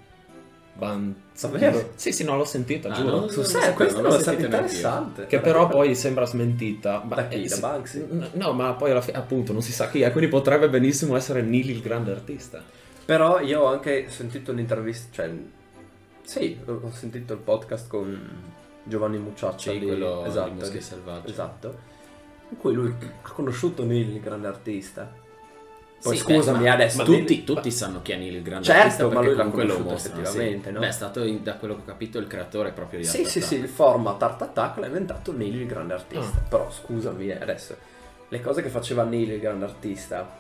[SPEAKER 1] Bansky.
[SPEAKER 5] Davvero?
[SPEAKER 1] Sì, sì, no, l'ho sentita,
[SPEAKER 4] Ah,
[SPEAKER 1] giuro.
[SPEAKER 4] no?
[SPEAKER 5] Sul
[SPEAKER 4] non lo
[SPEAKER 5] serio,
[SPEAKER 4] sapevo,
[SPEAKER 5] questo
[SPEAKER 4] non
[SPEAKER 5] non
[SPEAKER 4] lo
[SPEAKER 5] è stato
[SPEAKER 4] sentite neanche io.
[SPEAKER 5] interessante.
[SPEAKER 1] Che
[SPEAKER 5] Guarda,
[SPEAKER 1] però poi sembra smentita. Ma-
[SPEAKER 5] Da chi?
[SPEAKER 1] eh,
[SPEAKER 5] Da
[SPEAKER 1] sì.
[SPEAKER 5] Banksy?
[SPEAKER 1] N- No, ma poi alla fine, appunto, non si sa chi è. Quindi potrebbe benissimo essere Neil il grande artista.
[SPEAKER 5] Però io ho anche sentito un'intervista, cioè sì, ho ho sentito il podcast con Giovanni Mucciacci,
[SPEAKER 4] Sì,
[SPEAKER 5] di-
[SPEAKER 4] Cioè, quello
[SPEAKER 5] esatto,
[SPEAKER 4] di Muschi
[SPEAKER 5] di-
[SPEAKER 4] Selvaggi.
[SPEAKER 5] esatto, in cui lui ha conosciuto Neil, il grande artista. Poi
[SPEAKER 4] Sì,
[SPEAKER 5] scusami
[SPEAKER 4] beh, ma-
[SPEAKER 5] adesso
[SPEAKER 4] ma
[SPEAKER 5] tutti,
[SPEAKER 4] tutti, tutti sanno chi è Neil il grande
[SPEAKER 5] Certo,
[SPEAKER 4] artista
[SPEAKER 5] ma
[SPEAKER 4] perché
[SPEAKER 5] lui l'ha
[SPEAKER 4] comunque lo
[SPEAKER 5] conosciuto
[SPEAKER 4] mostrano,
[SPEAKER 5] effettivamente,
[SPEAKER 4] sì.
[SPEAKER 5] no?
[SPEAKER 4] Beh, è stato in- da quello che ho capito il creatore proprio di
[SPEAKER 5] Sì,
[SPEAKER 4] Art
[SPEAKER 5] sì,
[SPEAKER 4] Attack.
[SPEAKER 5] sì, il format Art Attack l'ha inventato Neil il grande artista.
[SPEAKER 4] Ah.
[SPEAKER 5] Però scusami, eh, adesso le cose che faceva Neil il grande artista,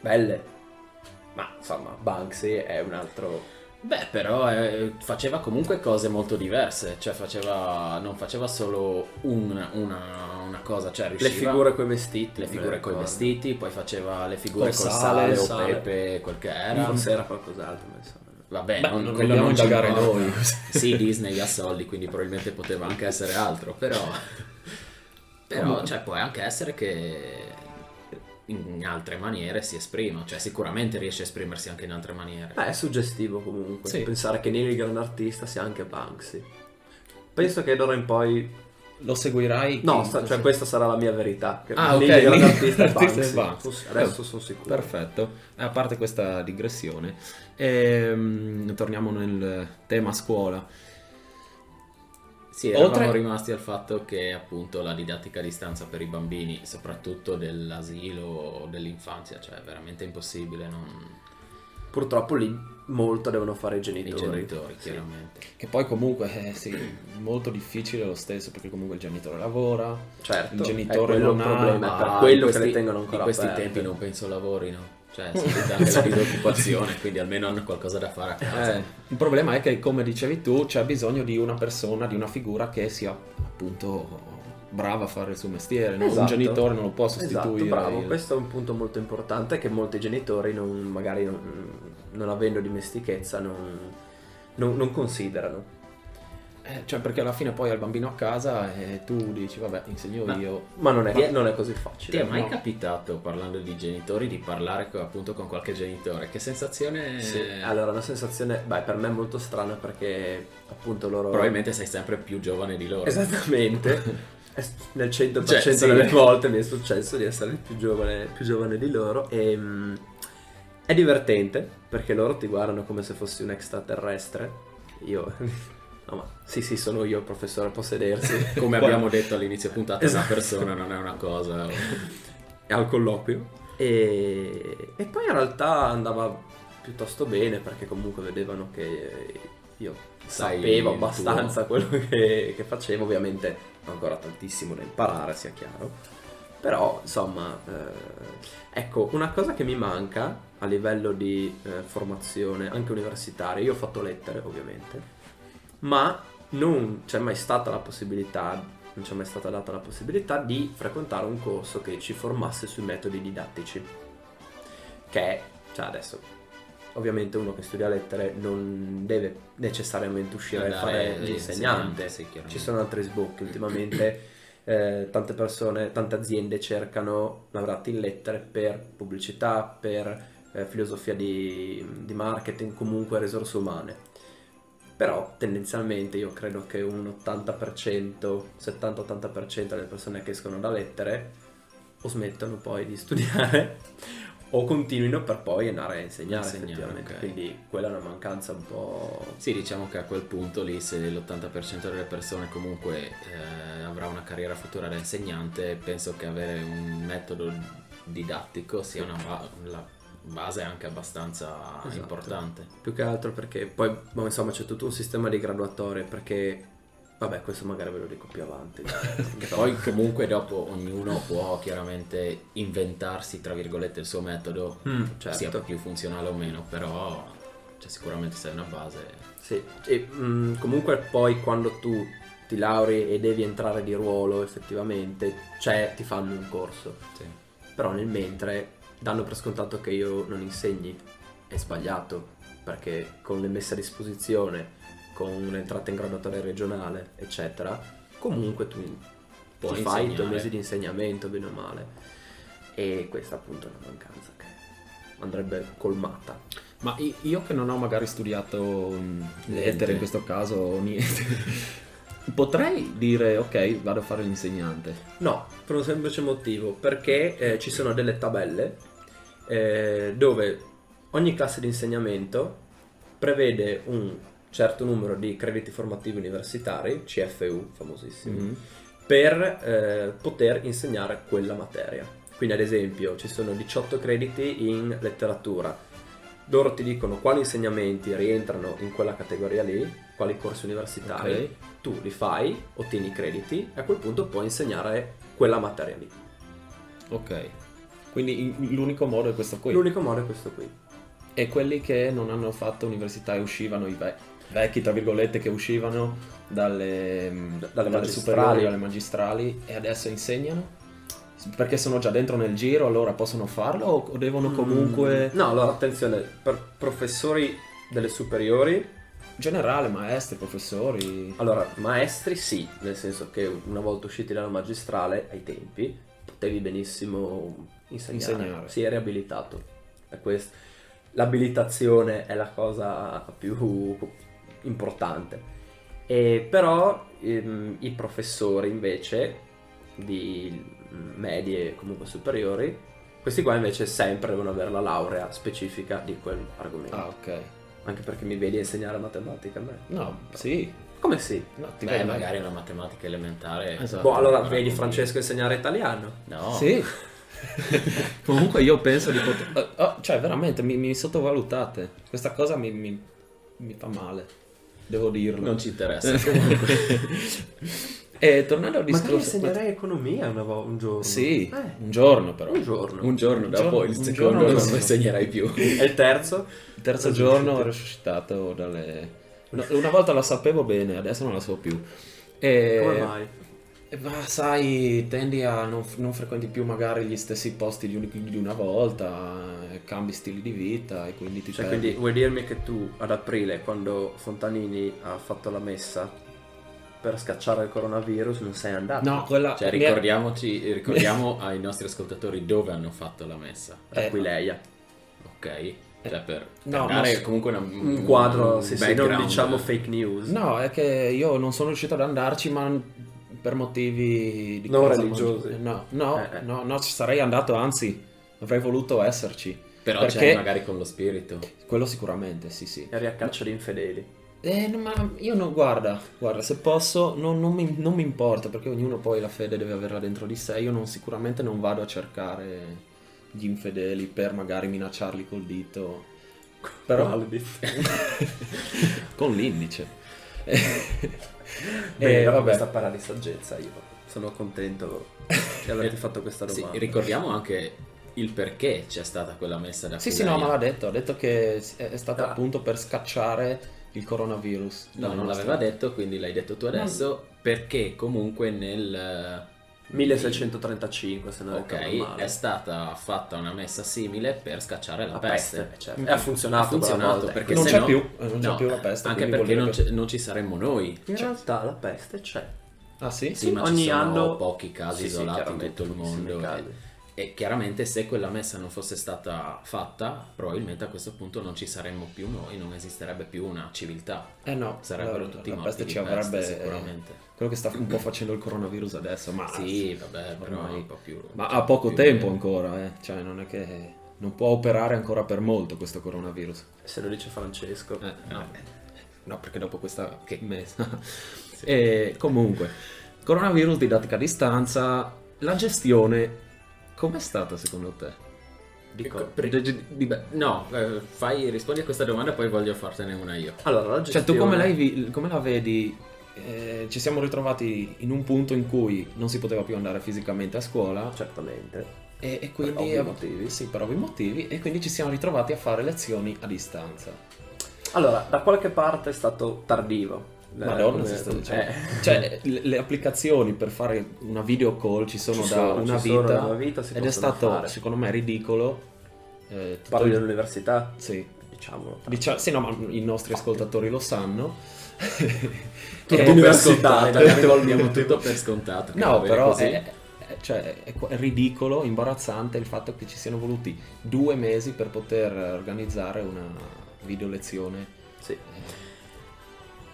[SPEAKER 5] belle. Ma insomma, Banksy è un altro.
[SPEAKER 4] Beh, però eh, faceva comunque cose molto diverse, cioè faceva non faceva solo un- una, una cosa, cioè
[SPEAKER 5] Le
[SPEAKER 4] riusciva
[SPEAKER 5] figure coi vestiti. eh,
[SPEAKER 4] le
[SPEAKER 5] me
[SPEAKER 4] figure
[SPEAKER 5] le
[SPEAKER 4] coi
[SPEAKER 5] ricordo.
[SPEAKER 4] vestiti, poi faceva le figure
[SPEAKER 5] Col
[SPEAKER 4] col
[SPEAKER 5] sale,
[SPEAKER 4] sale,
[SPEAKER 5] sale.
[SPEAKER 4] o pepe, quel che era.
[SPEAKER 5] Forse era qualcos'altro, ma insomma.
[SPEAKER 4] Vabbè,
[SPEAKER 1] Beh,
[SPEAKER 4] non,
[SPEAKER 1] non
[SPEAKER 4] quello
[SPEAKER 1] dobbiamo
[SPEAKER 4] non ci
[SPEAKER 1] indagare
[SPEAKER 4] importa.
[SPEAKER 1] noi.
[SPEAKER 4] sì, Disney ha soldi, quindi probabilmente poteva anche essere altro, però... Però, cioè, può anche essere che in altre maniere si esprima, cioè sicuramente riesce a esprimersi anche in altre maniere.
[SPEAKER 5] Beh, è suggestivo comunque
[SPEAKER 4] Sì.
[SPEAKER 5] pensare che Neil il grande artista sia anche Banksy. Penso che d'ora in poi.
[SPEAKER 1] Lo seguirai?
[SPEAKER 5] No,
[SPEAKER 1] Chi-
[SPEAKER 5] sta- cioè questa sarà la mia verità. Che
[SPEAKER 1] Ah, ok,
[SPEAKER 5] Neil il grande
[SPEAKER 1] Neil
[SPEAKER 5] artista è
[SPEAKER 1] l'artista
[SPEAKER 5] Banksy.
[SPEAKER 1] è Banksy.
[SPEAKER 5] Adesso sono sicuro.
[SPEAKER 1] Perfetto, Eh, a parte questa digressione, ehm, torniamo nel tema scuola.
[SPEAKER 4] Sì, eravamo
[SPEAKER 1] Oltre-
[SPEAKER 4] rimasti al fatto che appunto la didattica a distanza per i bambini, soprattutto dell'asilo o dell'infanzia, cioè è veramente impossibile, non...
[SPEAKER 5] Purtroppo lì molto devono fare i
[SPEAKER 4] i
[SPEAKER 5] genitori.
[SPEAKER 4] genitori
[SPEAKER 5] Sì.
[SPEAKER 4] chiaramente.
[SPEAKER 1] Che poi comunque eh, sì, molto difficile lo stesso perché comunque il genitore lavora.
[SPEAKER 5] Certo,
[SPEAKER 1] Il genitore
[SPEAKER 5] è quello
[SPEAKER 1] non
[SPEAKER 5] il
[SPEAKER 1] ha-
[SPEAKER 5] problema, è per
[SPEAKER 4] Ma
[SPEAKER 5] quello
[SPEAKER 4] di
[SPEAKER 5] che le tengono
[SPEAKER 4] di
[SPEAKER 5] ancora Esatto.
[SPEAKER 4] questi
[SPEAKER 5] aperte.
[SPEAKER 4] tempi non penso lavorino. Cioè, sentite anche la disoccupazione, quindi almeno hanno qualcosa da fare a
[SPEAKER 5] Cioè,
[SPEAKER 4] casa.
[SPEAKER 1] Eh, il problema è che, come dicevi tu, c'è bisogno di una persona, di una figura che sia appunto brava a fare il suo mestiere. no? Un
[SPEAKER 5] Esatto.
[SPEAKER 1] genitore non lo può
[SPEAKER 5] Esatto,
[SPEAKER 1] sostituire.
[SPEAKER 5] bravo,
[SPEAKER 1] il-
[SPEAKER 5] questo è un punto molto importante che molti genitori non- magari non, non avendo dimestichezza non, non- non considerano.
[SPEAKER 1] Eh, cioè, perché alla fine poi hai il bambino a casa e tu dici, vabbè, insegno
[SPEAKER 4] Ma-
[SPEAKER 1] io.
[SPEAKER 5] Ma non è,
[SPEAKER 4] Ma-
[SPEAKER 5] non è così
[SPEAKER 4] Ti
[SPEAKER 5] facile.
[SPEAKER 4] è mai
[SPEAKER 1] no.
[SPEAKER 4] capitato, parlando di genitori, di parlare co- appunto con qualche genitore? Che sensazione...
[SPEAKER 5] Sì, Allora, una sensazione, beh, per me è molto strana perché appunto loro...
[SPEAKER 4] Probabilmente sei sempre più giovane di loro.
[SPEAKER 5] Esatto. Esattamente. È s- Nel 100%
[SPEAKER 4] Cioè, sì.
[SPEAKER 5] delle volte mi è successo di essere più giovane, più giovane di loro e mm, è divertente perché loro ti guardano come se fossi un extraterrestre. Io... No, ma sì, sì, sono io il professore, può sedersi.
[SPEAKER 4] Come abbiamo detto all'inizio puntata,
[SPEAKER 5] Esatto.
[SPEAKER 4] una persona non è una cosa.
[SPEAKER 5] al colloquio. E, e poi in realtà andava piuttosto bene perché comunque vedevano che io
[SPEAKER 4] Sai
[SPEAKER 5] sapevo
[SPEAKER 4] il tuo.
[SPEAKER 5] abbastanza quello che, che facevo, ovviamente ho ancora tantissimo da imparare, sia chiaro. Però insomma, eh, ecco, una cosa che mi manca a livello di eh, formazione anche universitaria, io ho fatto lettere ovviamente, ma non c'è mai stata la possibilità, non c'è mai stata data la possibilità di frequentare un corso che ci formasse sui metodi didattici. Che è, cioè adesso, ovviamente uno che studia lettere non deve necessariamente uscire a fare
[SPEAKER 4] Andare
[SPEAKER 5] l'insegnante.
[SPEAKER 4] sì, chiaramente.
[SPEAKER 5] Ci sono altri sbocchi ultimamente. eh, tante persone, tante aziende cercano laureati in lettere per pubblicità, per eh, filosofia di, di marketing, comunque risorse umane. Però tendenzialmente io credo che un 80%, 70-80% delle persone che escono da lettere o smettono poi di studiare o continuino per poi andare a insegnare,
[SPEAKER 4] Insegnare,
[SPEAKER 5] effettivamente.
[SPEAKER 4] ok.
[SPEAKER 5] Quindi quella è una mancanza un po'...
[SPEAKER 4] Sì, diciamo che a quel punto lì, se l'80% delle persone comunque eh, avrà una carriera futura da insegnante, penso che avere un metodo didattico sia una ba- la base anche abbastanza
[SPEAKER 5] Esatto.
[SPEAKER 4] importante.
[SPEAKER 5] Più che altro perché poi, boh, insomma, c'è tutto un sistema di graduatorie perché, vabbè, questo magari ve lo dico più avanti.
[SPEAKER 4] Che
[SPEAKER 5] Insomma,
[SPEAKER 4] poi comunque dopo ognuno può chiaramente inventarsi, tra virgolette, il suo metodo,
[SPEAKER 5] Mm,
[SPEAKER 4] sia
[SPEAKER 5] certo.
[SPEAKER 4] più funzionale o meno, però cioè, sicuramente se hai una base...
[SPEAKER 5] Sì, e, mm, comunque poi quando tu ti lauri e devi entrare di ruolo effettivamente, cioè ti fanno un corso.
[SPEAKER 4] Sì.
[SPEAKER 5] Però nel mentre danno per scontato che io non insegni. È sbagliato, perché con le messe a disposizione, con l'entrata in graduatoria regionale, eccetera, comunque tu
[SPEAKER 4] Puoi
[SPEAKER 5] ti fai i tuoi
[SPEAKER 4] insegnare.
[SPEAKER 5] mesi di insegnamento, bene o male. E questa appunto è una mancanza che andrebbe colmata.
[SPEAKER 1] Ma i- io che non ho magari studiato mm,
[SPEAKER 4] Niente.
[SPEAKER 1] lettere in questo caso o niente, potrei dire ok, vado a fare l'insegnante.
[SPEAKER 5] No, per un semplice motivo, perché eh, ci sono delle tabelle eh, dove ogni classe di insegnamento prevede un certo numero di crediti formativi universitari,
[SPEAKER 1] Mm-hmm.
[SPEAKER 5] CFU famosissimi, per eh, poter insegnare quella materia. Quindi ad esempio ci sono 18 crediti in letteratura. Loro ti dicono quali insegnamenti rientrano in quella categoria lì, quali corsi universitari.
[SPEAKER 1] Ok.
[SPEAKER 5] Tu li fai, ottieni i crediti e a quel punto puoi insegnare quella materia lì.
[SPEAKER 1] Ok. Quindi in- l'unico modo è questo qui.
[SPEAKER 5] L'unico modo è questo qui.
[SPEAKER 1] E quelli che non hanno fatto università e uscivano, i ve- vecchi, tra virgolette, che uscivano dalle, mh,
[SPEAKER 5] Dalle
[SPEAKER 1] dalle
[SPEAKER 5] magistrali.
[SPEAKER 1] superiori alle magistrali e adesso insegnano? Perché sono già dentro nel giro, allora possono farlo o o devono comunque...
[SPEAKER 5] Mm, No, allora attenzione, per professori delle superiori
[SPEAKER 1] Generale, maestri, professori...
[SPEAKER 5] Allora, maestri sì, nel senso che una volta usciti dalla magistrale, ai tempi, potevi benissimo insegnare.
[SPEAKER 1] Insegnare.
[SPEAKER 5] Sì, eri abilitato. Da questo. L'abilitazione è la cosa più importante. E però ehm, i professori invece di medie e comunque superiori, questi qua invece sempre devono avere la laurea specifica di quell'argomento.
[SPEAKER 1] Ah, ok.
[SPEAKER 5] Anche perché mi vedi a insegnare matematica a me.
[SPEAKER 1] No, sì.
[SPEAKER 5] Come sì?
[SPEAKER 1] No, ti
[SPEAKER 4] Beh,
[SPEAKER 1] vedo.
[SPEAKER 4] magari una matematica elementare.
[SPEAKER 1] Esatto.
[SPEAKER 5] Boh, allora
[SPEAKER 4] Ancora
[SPEAKER 5] vedi
[SPEAKER 4] con-
[SPEAKER 5] Francesco insegnare italiano.
[SPEAKER 4] No.
[SPEAKER 1] Sì. Comunque io penso di poter... oh, oh, cioè, veramente, mi, mi sottovalutate. Questa cosa mi, mi- mi fa male. Devo dirlo.
[SPEAKER 4] Non ci interessa comunque.
[SPEAKER 1] e Eh, tornando al
[SPEAKER 5] Magari
[SPEAKER 1] discorso...
[SPEAKER 5] insegnerei economia una vo- un giorno.
[SPEAKER 1] Sì,
[SPEAKER 5] Eh.
[SPEAKER 1] un giorno però.
[SPEAKER 5] Un giorno.
[SPEAKER 4] Un giorno
[SPEAKER 1] Un
[SPEAKER 4] da
[SPEAKER 1] giorno-
[SPEAKER 4] poi il
[SPEAKER 1] un
[SPEAKER 4] secondo
[SPEAKER 1] giorno
[SPEAKER 4] non
[SPEAKER 1] no.
[SPEAKER 4] lo insegnerai più. Cioè,
[SPEAKER 5] E il terzo?
[SPEAKER 1] Il terzo giorno ho resuscitato dalle... no, una volta la sapevo bene, adesso non la so più. E...
[SPEAKER 5] Come mai?
[SPEAKER 1] Eh, Ma sai, tendi a non, non frequenti più magari gli stessi posti di, un- di una volta, eh, cambi stili di vita e quindi ti
[SPEAKER 5] Cioè,
[SPEAKER 1] perdi.
[SPEAKER 5] quindi vuoi dirmi che tu ad aprile, quando Fontanini ha fatto la messa per scacciare il coronavirus, non sei andato?
[SPEAKER 1] No, quella...
[SPEAKER 4] Cioè, ricordiamoci, ricordiamo ai nostri ascoltatori dove hanno fatto la messa.
[SPEAKER 1] eh,
[SPEAKER 5] Aquileia.
[SPEAKER 4] Ok? Cioè, per, per
[SPEAKER 1] No,
[SPEAKER 4] dare
[SPEAKER 1] ma-
[SPEAKER 4] comunque una-
[SPEAKER 5] Un quadro,
[SPEAKER 4] un
[SPEAKER 5] sì, sì, non
[SPEAKER 4] background.
[SPEAKER 5] diciamo fake news.
[SPEAKER 1] No, è che io non sono riuscito ad andarci, ma per motivi di
[SPEAKER 5] Non
[SPEAKER 1] cosa-
[SPEAKER 5] religiosi.
[SPEAKER 1] No, no,
[SPEAKER 5] Eh, eh.
[SPEAKER 1] no, no, ci sarei andato, anzi, avrei voluto esserci.
[SPEAKER 4] Però
[SPEAKER 1] Perché-
[SPEAKER 4] c'è magari con lo spirito.
[SPEAKER 1] Quello sicuramente, sì, sì.
[SPEAKER 5] Eri a caccia di infedeli.
[SPEAKER 1] Eh, no, ma io no, guarda, guarda, se posso, non, non mi, non mi importa, perché ognuno poi la fede deve averla dentro di sé. Io non, sicuramente non vado a cercare gli infedeli per magari minacciarli col dito. Però... Eh,
[SPEAKER 5] Validi.
[SPEAKER 1] con l'indice.
[SPEAKER 5] Bene,
[SPEAKER 1] Eh,
[SPEAKER 5] dopo
[SPEAKER 1] vabbè.
[SPEAKER 5] questa parla di saggezza io sono contento che avete fatto questa
[SPEAKER 4] Sì,
[SPEAKER 5] domanda.
[SPEAKER 4] ricordiamo anche il perché c'è stata quella messa da
[SPEAKER 1] Sì, sì,
[SPEAKER 4] Aquileia.
[SPEAKER 1] no, ma l'ha detto. Ha detto che è è stato
[SPEAKER 5] Ah.
[SPEAKER 1] appunto per scacciare il coronavirus.
[SPEAKER 4] No,
[SPEAKER 1] dalle
[SPEAKER 4] non
[SPEAKER 1] nostre-
[SPEAKER 4] l'aveva detto, quindi l'hai detto tu adesso, perché comunque nel... eh,
[SPEAKER 5] 1635 se non ricordo
[SPEAKER 4] Ok,
[SPEAKER 5] male.
[SPEAKER 4] è stata fatta una messa simile per scacciare la,
[SPEAKER 5] La
[SPEAKER 4] peste.
[SPEAKER 5] peste, certo. E ha funzionato
[SPEAKER 4] Ha funzionato
[SPEAKER 5] quella volta.
[SPEAKER 4] perché
[SPEAKER 1] Non
[SPEAKER 4] se
[SPEAKER 1] c'è
[SPEAKER 4] no-
[SPEAKER 1] più, eh, non c'è
[SPEAKER 4] no,
[SPEAKER 1] più la peste,
[SPEAKER 4] Anche
[SPEAKER 1] quindi
[SPEAKER 4] perché
[SPEAKER 1] vuol
[SPEAKER 4] non,
[SPEAKER 1] dire
[SPEAKER 4] ce- non ci saremmo noi.
[SPEAKER 5] In realtà la peste c'è.
[SPEAKER 1] Ah, sì?
[SPEAKER 4] Sì, ma
[SPEAKER 5] ogni
[SPEAKER 4] ci sono
[SPEAKER 5] anno-
[SPEAKER 4] pochi casi
[SPEAKER 5] Sì, sì,
[SPEAKER 4] isolati in
[SPEAKER 5] chiaramente,
[SPEAKER 4] tutto il
[SPEAKER 5] pochissimi
[SPEAKER 4] mondo.
[SPEAKER 5] casi.
[SPEAKER 4] E, e chiaramente se quella messa non fosse stata fatta, probabilmente a questo punto non ci saremmo più noi, non esisterebbe più una civiltà.
[SPEAKER 1] Eh no,
[SPEAKER 4] Sarebbero
[SPEAKER 1] la-
[SPEAKER 4] tutti
[SPEAKER 1] la
[SPEAKER 4] morti
[SPEAKER 1] peste
[SPEAKER 4] di
[SPEAKER 1] ci avrebbe
[SPEAKER 4] peste,
[SPEAKER 1] eh,
[SPEAKER 4] sicuramente.
[SPEAKER 1] quello che sta un po' facendo il coronavirus adesso, ma
[SPEAKER 4] Sì, vabbè, però
[SPEAKER 1] ormai-
[SPEAKER 4] è un po' più...
[SPEAKER 1] ma ha poco
[SPEAKER 4] più-
[SPEAKER 1] tempo ancora, eh. Cioè, non è che non può operare ancora per molto questo coronavirus.
[SPEAKER 5] Se lo dice Francesco.
[SPEAKER 1] Eh, no. No, perché dopo questa
[SPEAKER 4] Che-
[SPEAKER 1] messa. E comunque, coronavirus didattica a distanza, la gestione com'è stata secondo te?
[SPEAKER 5] Dico-
[SPEAKER 4] Pre- di- di- beh, no, eh, fai, rispondi a questa domanda poi voglio fartene una io.
[SPEAKER 5] Allora, la
[SPEAKER 1] Cioè,
[SPEAKER 5] gestione...
[SPEAKER 1] tu come, l'hai vi- come la vedi? Eh, ci siamo ritrovati in un punto in cui non si poteva più andare fisicamente a scuola
[SPEAKER 5] Certamente.
[SPEAKER 1] e, e quindi
[SPEAKER 5] ovvi motivi.
[SPEAKER 1] Sì, per ovvi motivi e quindi ci siamo ritrovati a fare lezioni a distanza.
[SPEAKER 5] Allora, da qualche parte è stato tardivo.
[SPEAKER 1] Madonna,
[SPEAKER 5] come-
[SPEAKER 1] si sta-
[SPEAKER 5] eh,
[SPEAKER 1] cioè, cioè, le, le applicazioni per fare una video call ci sono
[SPEAKER 5] Ci
[SPEAKER 1] da
[SPEAKER 5] sono,
[SPEAKER 1] una
[SPEAKER 5] ci
[SPEAKER 1] vita,
[SPEAKER 5] sono da una vita, si
[SPEAKER 1] ed è
[SPEAKER 5] possono
[SPEAKER 1] stato
[SPEAKER 5] fare.
[SPEAKER 1] secondo me ridicolo. eh, tutto
[SPEAKER 5] Parlo
[SPEAKER 1] il-
[SPEAKER 5] dell'università,
[SPEAKER 1] sì.
[SPEAKER 5] diciamo.
[SPEAKER 1] Dicia- sì, no, ma i nostri ascoltatori lo sanno.
[SPEAKER 5] Tutte
[SPEAKER 1] Eh,
[SPEAKER 5] le
[SPEAKER 4] per
[SPEAKER 5] università,
[SPEAKER 4] scontato,
[SPEAKER 5] dai,
[SPEAKER 4] ragazzi,
[SPEAKER 5] dai,
[SPEAKER 4] diamo
[SPEAKER 5] dai.
[SPEAKER 4] tutto per scontato. che va
[SPEAKER 1] No,
[SPEAKER 4] bene
[SPEAKER 1] però
[SPEAKER 4] così.
[SPEAKER 1] è, è- cioè, è qu- è ridicolo, imbarazzante il fatto che ci siano voluti due mesi per poter organizzare una video lezione.
[SPEAKER 5] Sì.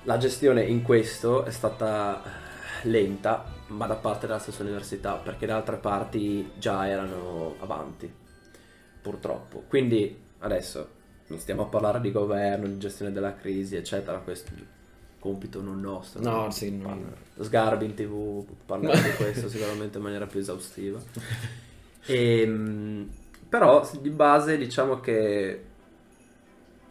[SPEAKER 5] La gestione in questo è stata eh, lenta, ma da parte della stessa università, perché da altre parti già erano avanti, purtroppo. Quindi adesso non stiamo a parlare di governo, di gestione della crisi, eccetera, questo è un compito non nostro.
[SPEAKER 1] No, sì, no.
[SPEAKER 5] Parla- Sgarbi in tv parlerà di questo sicuramente in maniera più esaustiva. Ehm, però di base diciamo che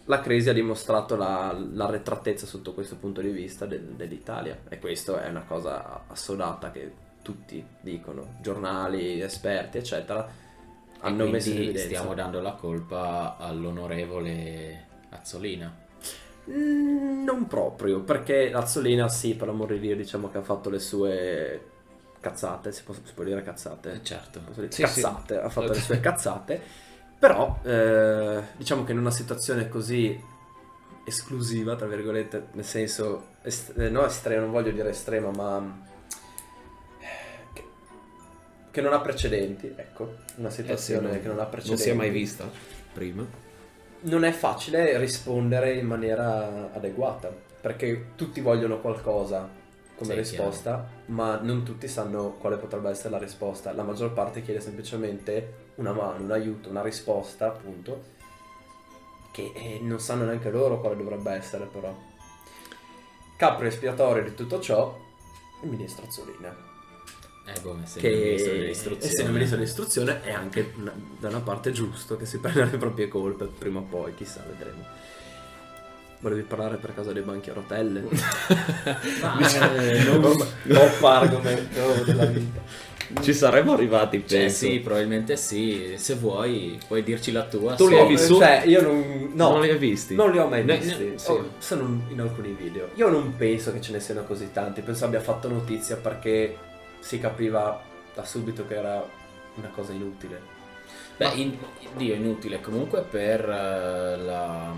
[SPEAKER 5] la crisi ha dimostrato la, l'arretratezza sotto questo punto di vista del- dell'Italia e questo è una cosa assodata che tutti dicono, giornali, esperti eccetera, hanno
[SPEAKER 4] E
[SPEAKER 5] messo in
[SPEAKER 4] quindi
[SPEAKER 5] evidenza.
[SPEAKER 4] stiamo dando la colpa all'onorevole Azzolina.
[SPEAKER 5] Mm, Non proprio, perché Azzolina sì, per l'amor di Dio, diciamo che ha fatto le sue cazzate, si può, si può dire cazzate?
[SPEAKER 4] Eh, certo.
[SPEAKER 5] Posso dire?
[SPEAKER 1] Sì,
[SPEAKER 5] cazzate, ha fatto le sue cazzate, però eh, diciamo che in una situazione così esclusiva, tra virgolette, nel senso, est- eh, no estrema, non voglio dire estrema, ma mm, che, che non ha precedenti, ecco, una situazione che non ha precedenti
[SPEAKER 1] Eh
[SPEAKER 5] Mm.
[SPEAKER 1] Non si è mai vista prima.
[SPEAKER 5] non è facile rispondere in maniera adeguata, perché tutti vogliono qualcosa come
[SPEAKER 4] Sì,
[SPEAKER 5] risposta, ma non tutti sanno quale potrebbe essere la risposta. La maggior parte chiede semplicemente una mano, un aiuto, una risposta, appunto, che eh, non sanno neanche loro quale dovrebbe essere però. Capro espiatorio di tutto ciò, il ministro Azzolina
[SPEAKER 4] Eh, come se
[SPEAKER 5] che
[SPEAKER 4] il ministro dell'istruzione.
[SPEAKER 5] essendo ministro dell'istruzione è anche una- da una parte giusto che si prenda le proprie colpe prima o poi chissà vedremo volevi parlare per caso dei banchi a rotelle
[SPEAKER 4] Ma,
[SPEAKER 5] Eh,
[SPEAKER 4] eh,
[SPEAKER 5] non-
[SPEAKER 4] non-
[SPEAKER 5] troppo argomento della vita
[SPEAKER 1] Ci saremmo arrivati,
[SPEAKER 4] Cioè,
[SPEAKER 1] penso.
[SPEAKER 4] sì, probabilmente sì. Se vuoi, puoi dirci la tua.
[SPEAKER 1] Tu
[SPEAKER 4] sì.
[SPEAKER 1] li hai visti?
[SPEAKER 5] cioè io non no,
[SPEAKER 1] Non li hai visti?
[SPEAKER 5] non li ho mai
[SPEAKER 1] Ne-
[SPEAKER 5] visti
[SPEAKER 1] ne- sì.
[SPEAKER 5] Oh, se non in alcuni video io non penso che ce ne siano così tanti penso abbia fatto notizia perché si capiva da subito che era una cosa inutile
[SPEAKER 4] Beh, in- Dio, inutile comunque per eh, la...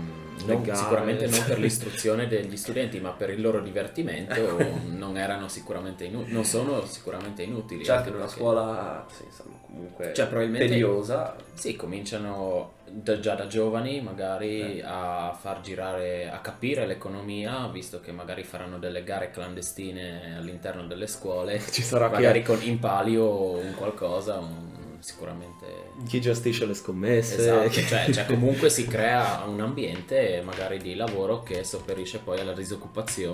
[SPEAKER 4] non-
[SPEAKER 1] gare.
[SPEAKER 4] sicuramente non per l'istruzione degli studenti, ma per il loro divertimento non erano sicuramente inutili, non sono sicuramente inutili.
[SPEAKER 5] Certo,
[SPEAKER 4] anche
[SPEAKER 5] in una
[SPEAKER 4] perché-
[SPEAKER 5] scuola, sì, insomma, comunque
[SPEAKER 4] Cioè, probabilmente-
[SPEAKER 5] tediosa.
[SPEAKER 4] Sì, cominciano da- già da giovani magari a far girare, a capire l'economia, visto che magari faranno delle gare clandestine all'interno delle scuole,
[SPEAKER 1] Ci sarà
[SPEAKER 4] magari
[SPEAKER 1] chi,
[SPEAKER 4] con in palio un qualcosa, un- sicuramente...
[SPEAKER 1] chi gestisce le scommesse.
[SPEAKER 4] Esatto,
[SPEAKER 1] chi-
[SPEAKER 4] cioè, cioè comunque si crea un ambiente magari di lavoro che sopperisce poi alla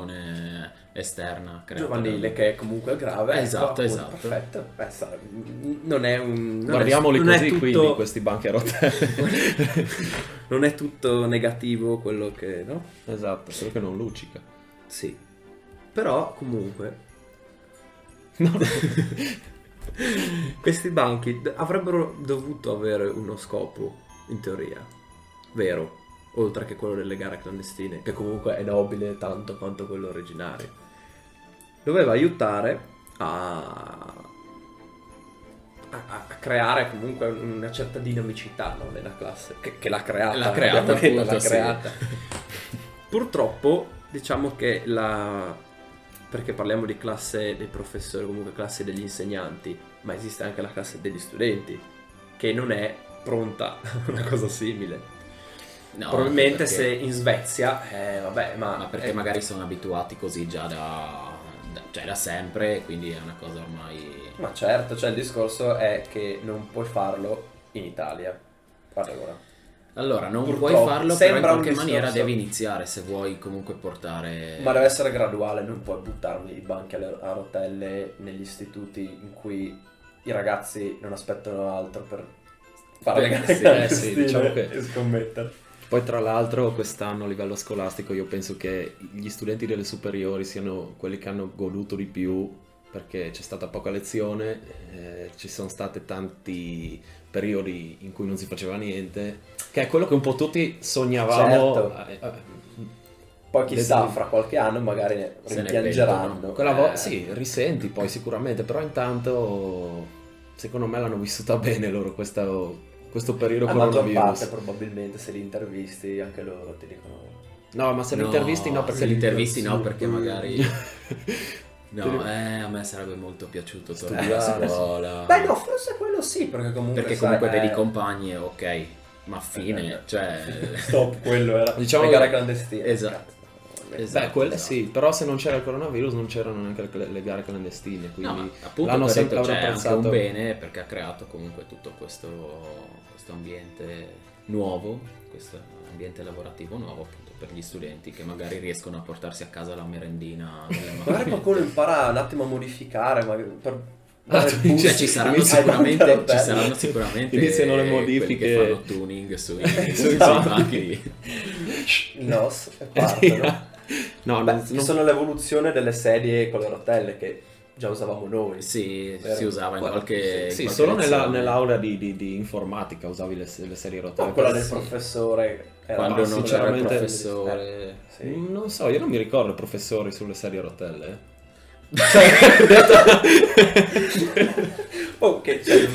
[SPEAKER 4] disoccupazione esterna. creata
[SPEAKER 5] Giovanile,
[SPEAKER 4] dal-
[SPEAKER 5] che è comunque grave.
[SPEAKER 4] Esatto,
[SPEAKER 5] ecco, appunto,
[SPEAKER 4] esatto.
[SPEAKER 5] Perfetto. Beh, sa, non è un. non
[SPEAKER 1] Guardiamoli
[SPEAKER 5] è, non è
[SPEAKER 1] così,
[SPEAKER 5] tutto-
[SPEAKER 1] quindi, questi banchi a rotelle.
[SPEAKER 5] non è tutto negativo quello che. no?
[SPEAKER 1] esatto, solo che non luccica.
[SPEAKER 5] Sì. Però, comunque. Questi banchi d- avrebbero dovuto avere uno scopo, in teoria, vero, oltre che quello delle gare clandestine, che comunque è nobile tanto quanto quello originario. Doveva aiutare a, a, a- a creare comunque una certa dinamicità no, nella classe, che, che l'ha creata.
[SPEAKER 4] L'ha creata,
[SPEAKER 5] abbiamo detto,
[SPEAKER 4] appunto,
[SPEAKER 5] l'ha
[SPEAKER 4] sì.
[SPEAKER 5] creata. Purtroppo, diciamo che la... Perché parliamo di classe dei professori, comunque classe degli insegnanti, ma esiste anche la classe degli studenti, che non è pronta a una cosa simile.
[SPEAKER 4] No,
[SPEAKER 5] Probabilmente
[SPEAKER 4] perché-
[SPEAKER 5] se in Svezia, eh, vabbè, ma...
[SPEAKER 4] Ma perché
[SPEAKER 5] eh,
[SPEAKER 4] magari sono abituati così già da, da- cioè da sempre, quindi è una cosa ormai...
[SPEAKER 5] Ma certo, cioè il discorso è che non puoi farlo in Italia. Guarda ora.
[SPEAKER 4] Allora, non
[SPEAKER 5] Purtroppo,
[SPEAKER 4] puoi farlo, però in
[SPEAKER 5] sembra un
[SPEAKER 4] qualche
[SPEAKER 5] discorso.
[SPEAKER 4] maniera devi iniziare se vuoi comunque
[SPEAKER 1] Eh.
[SPEAKER 4] portare...
[SPEAKER 5] Ma deve essere graduale, non puoi buttarli i banchi alle- a rotelle negli istituti in cui i ragazzi non aspettano altro per fare le
[SPEAKER 1] Beh,
[SPEAKER 5] gare
[SPEAKER 1] sì,
[SPEAKER 5] clandestine
[SPEAKER 1] eh sì, diciamo che-
[SPEAKER 5] e scommettere.
[SPEAKER 1] Poi tra l'altro quest'anno a livello scolastico io penso che gli studenti delle superiori siano quelli che hanno goduto di più perché c'è stata poca lezione, eh, ci sono stati tanti periodi in cui non si faceva niente, che è quello che un po' tutti sognavamo.
[SPEAKER 5] Certo.
[SPEAKER 1] Eh,
[SPEAKER 5] Poi chissà,
[SPEAKER 1] Vedo-
[SPEAKER 5] fra qualche anno magari ne
[SPEAKER 4] Se ne
[SPEAKER 5] rimpiangeranno.
[SPEAKER 4] pentono.
[SPEAKER 1] Quella volta
[SPEAKER 5] Eh,
[SPEAKER 1] sì, risenti poi sicuramente, però intanto secondo me l'hanno vissuta bene loro questa- questo periodo
[SPEAKER 5] La maggior Eh, parte
[SPEAKER 1] coronavirus.
[SPEAKER 5] probabilmente se li intervisti anche loro ti dicono...
[SPEAKER 1] No, ma se li
[SPEAKER 4] No,
[SPEAKER 1] intervisti no,
[SPEAKER 4] se
[SPEAKER 1] perché
[SPEAKER 4] li intervisti no, perché magari- No,
[SPEAKER 1] Te-
[SPEAKER 4] eh, a me sarebbe molto piaciuto tornare
[SPEAKER 1] Studiare,
[SPEAKER 4] a scuola.
[SPEAKER 5] Beh no, forse quello sì, perché comunque...
[SPEAKER 4] Perché
[SPEAKER 5] sai,
[SPEAKER 4] comunque vedi
[SPEAKER 5] eh,
[SPEAKER 4] i compagni, e ok, ma fine, cioè...
[SPEAKER 5] Stop, quello era.
[SPEAKER 1] Diciamo
[SPEAKER 5] le
[SPEAKER 1] che-
[SPEAKER 5] gare clandestine.
[SPEAKER 4] esatto.
[SPEAKER 5] Cazzo.
[SPEAKER 4] Esatto,
[SPEAKER 1] Beh, quelle
[SPEAKER 4] esatto.
[SPEAKER 1] sì, però se non c'era il coronavirus non c'erano neanche le, le gare clandestine, quindi...
[SPEAKER 4] No, ma appunto
[SPEAKER 1] l'hanno
[SPEAKER 4] l'hanno
[SPEAKER 1] sempre avrà
[SPEAKER 4] sempre detto, c'è anche
[SPEAKER 1] apprezzato.
[SPEAKER 4] un bene perché ha creato comunque tutto questo, questo ambiente nuovo, questo ambiente lavorativo nuovo appunto per gli studenti che magari riescono a portarsi a casa la merendina delle
[SPEAKER 5] Magari
[SPEAKER 4] mamme.
[SPEAKER 5] qualcuno impara un attimo a modificare, ma per
[SPEAKER 1] Ah, tu dici-
[SPEAKER 6] Cioè, ci saranno
[SPEAKER 1] inizia-
[SPEAKER 6] sicuramente, ci
[SPEAKER 1] Bello.
[SPEAKER 5] eh.
[SPEAKER 6] saranno sicuramente
[SPEAKER 1] Iniziano le
[SPEAKER 6] quelli
[SPEAKER 1] modifiche. Esatto.
[SPEAKER 6] che fanno tuning sui, sui, sui
[SPEAKER 1] banchi.
[SPEAKER 6] banchi.
[SPEAKER 7] Il NOS e partono.
[SPEAKER 1] No,
[SPEAKER 5] Beh,
[SPEAKER 1] non-
[SPEAKER 5] che sono l'evoluzione delle sedie con le rotelle che già usavamo noi.
[SPEAKER 6] Sì,
[SPEAKER 5] Vero.
[SPEAKER 6] si usava in
[SPEAKER 5] Guarda,
[SPEAKER 6] qualche. in
[SPEAKER 1] sì,
[SPEAKER 6] qualche
[SPEAKER 1] solo nella-
[SPEAKER 6] lezione.
[SPEAKER 1] nell'aula di, di- di informatica usavi le, le serie
[SPEAKER 5] No,
[SPEAKER 1] rotelle.
[SPEAKER 5] quella del
[SPEAKER 1] Sì.
[SPEAKER 5] professore. Era
[SPEAKER 6] Quando non
[SPEAKER 5] ma
[SPEAKER 6] c'era il
[SPEAKER 1] sinceramente-
[SPEAKER 6] professore.
[SPEAKER 5] eh, Sì.
[SPEAKER 1] Mm, Non so, io non mi ricordo i professori sulle serie a rotelle.
[SPEAKER 5] Cioè, Oh, che c'è.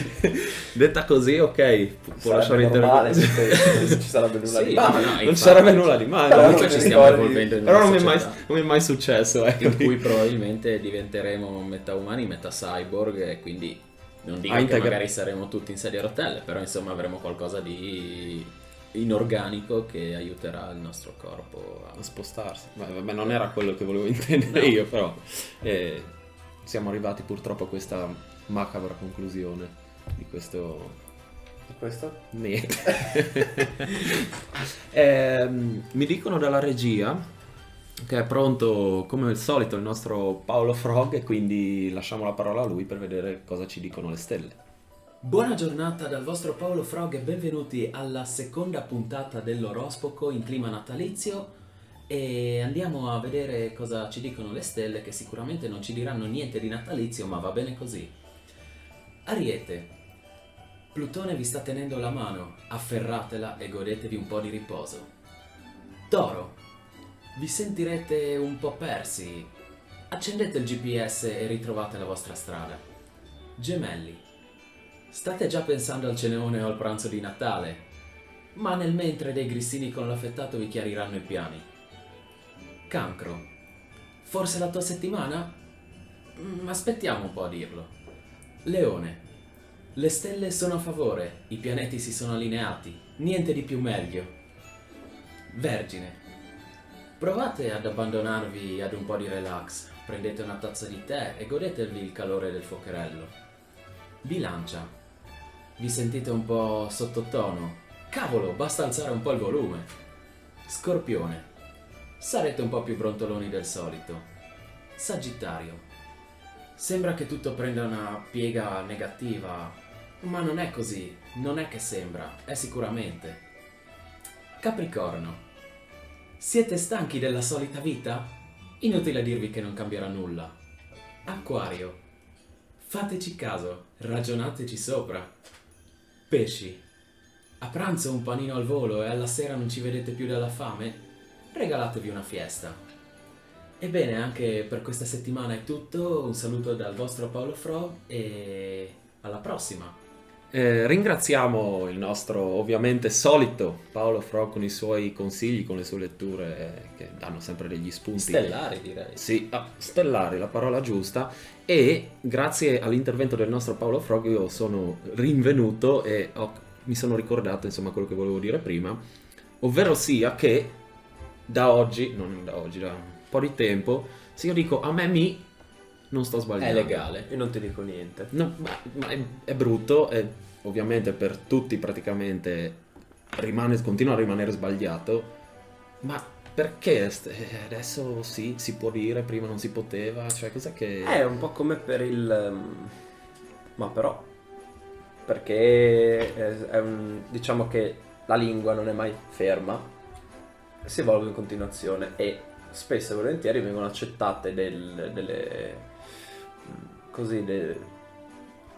[SPEAKER 1] Detta così, ok, pu- può lasciare
[SPEAKER 5] Sarebbe normale se se ci sarebbe nulla
[SPEAKER 6] Sì,
[SPEAKER 5] di
[SPEAKER 6] ma
[SPEAKER 5] male.
[SPEAKER 6] no,
[SPEAKER 1] non
[SPEAKER 6] infatti,
[SPEAKER 1] sarebbe nulla di male.
[SPEAKER 5] Però
[SPEAKER 1] non
[SPEAKER 5] non
[SPEAKER 1] c'è-
[SPEAKER 6] Comunque ci
[SPEAKER 5] mi
[SPEAKER 6] stiamo
[SPEAKER 5] ricordi-
[SPEAKER 6] evolvendo in una
[SPEAKER 1] Però non mi, è mai,
[SPEAKER 6] società
[SPEAKER 1] non mi è mai successo, ecco.
[SPEAKER 6] in cui probabilmente diventeremo metà umani, metà cyborg e quindi non dico
[SPEAKER 1] Ah,
[SPEAKER 6] che
[SPEAKER 1] integra-
[SPEAKER 6] magari saremo tutti in serie a rotelle, però insomma avremo qualcosa di inorganico che aiuterà il nostro corpo a
[SPEAKER 1] A spostarsi. Ma vabbè, non era quello che volevo intendere io, però. eh, siamo arrivati purtroppo a questa macabra conclusione di questo
[SPEAKER 5] Questo?
[SPEAKER 1] Niente. Ehm, mi dicono dalla regia che è pronto come al solito il nostro Paolo Frog e quindi lasciamo la parola a lui per vedere cosa ci dicono le stelle.
[SPEAKER 4] Buona giornata dal vostro Paolo Frog e benvenuti alla seconda puntata dell'orospoco in clima natalizio e andiamo a vedere cosa ci dicono le stelle che sicuramente non ci diranno niente di natalizio ma va bene così. Ariete, Plutone vi sta tenendo la mano, afferratela e godetevi un po' di riposo. Toro, vi sentirete un po' persi, accendete il GPS e ritrovate la vostra strada. Gemelli, State già pensando al ceneone o al pranzo di Natale, ma nel mentre dei grissini con l'affettato vi chiariranno i piani. Cancro, forse la tua settimana? Mm, Aspettiamo un po' a dirlo. Leone, le stelle sono a favore, i pianeti si sono allineati, niente di più meglio. Vergine, provate ad abbandonarvi ad un po' di relax, prendete una tazza di tè e godetevi il calore del fuocherello. Bilancia. Vi sentite un po' sottotono? Cavolo, basta alzare un po' il volume. Scorpione. Sarete un po' più brontoloni del solito. Sagittario. Sembra che tutto prenda una piega negativa, ma non è così, non è che sembra, è sicuramente. Capricorno. Siete stanchi della solita vita? Inutile dirvi che non cambierà nulla. Acquario. Fateci caso, ragionateci sopra. Pesci, a pranzo un panino al volo e alla sera non ci vedete più dalla fame? Regalatevi una fiesta. Ebbene, anche per questa settimana è tutto, un saluto dal vostro Paolo Fro e alla prossima.
[SPEAKER 1] Eh, ringraziamo il nostro ovviamente solito Paolo Frog con i suoi consigli, con le sue letture eh, che danno sempre degli spunti.
[SPEAKER 6] stellare direi.
[SPEAKER 1] Sì, ah, stellare, la parola giusta. E grazie all'intervento del nostro Paolo Frog io sono rinvenuto e ho- mi sono ricordato insomma quello che volevo dire prima, ovvero sia che da oggi, non da oggi, da un po' di tempo, se io dico a me mi, non sto
[SPEAKER 6] È
[SPEAKER 1] sbagliando.
[SPEAKER 6] legale.
[SPEAKER 5] Io non ti dico niente.
[SPEAKER 1] No, ma, ma è, è brutto e ovviamente per tutti praticamente rimane- continua a rimanere sbagliato, ma perché st- eh, adesso sì, si può dire, prima non si poteva, cioè cos'è
[SPEAKER 6] Eh.
[SPEAKER 1] che...
[SPEAKER 5] È un po' come per il... ehm, ma però... Perché è- è un- diciamo che la lingua non è mai ferma, si evolve in continuazione e spesso e volentieri vengono accettate del- delle... mm, così, de-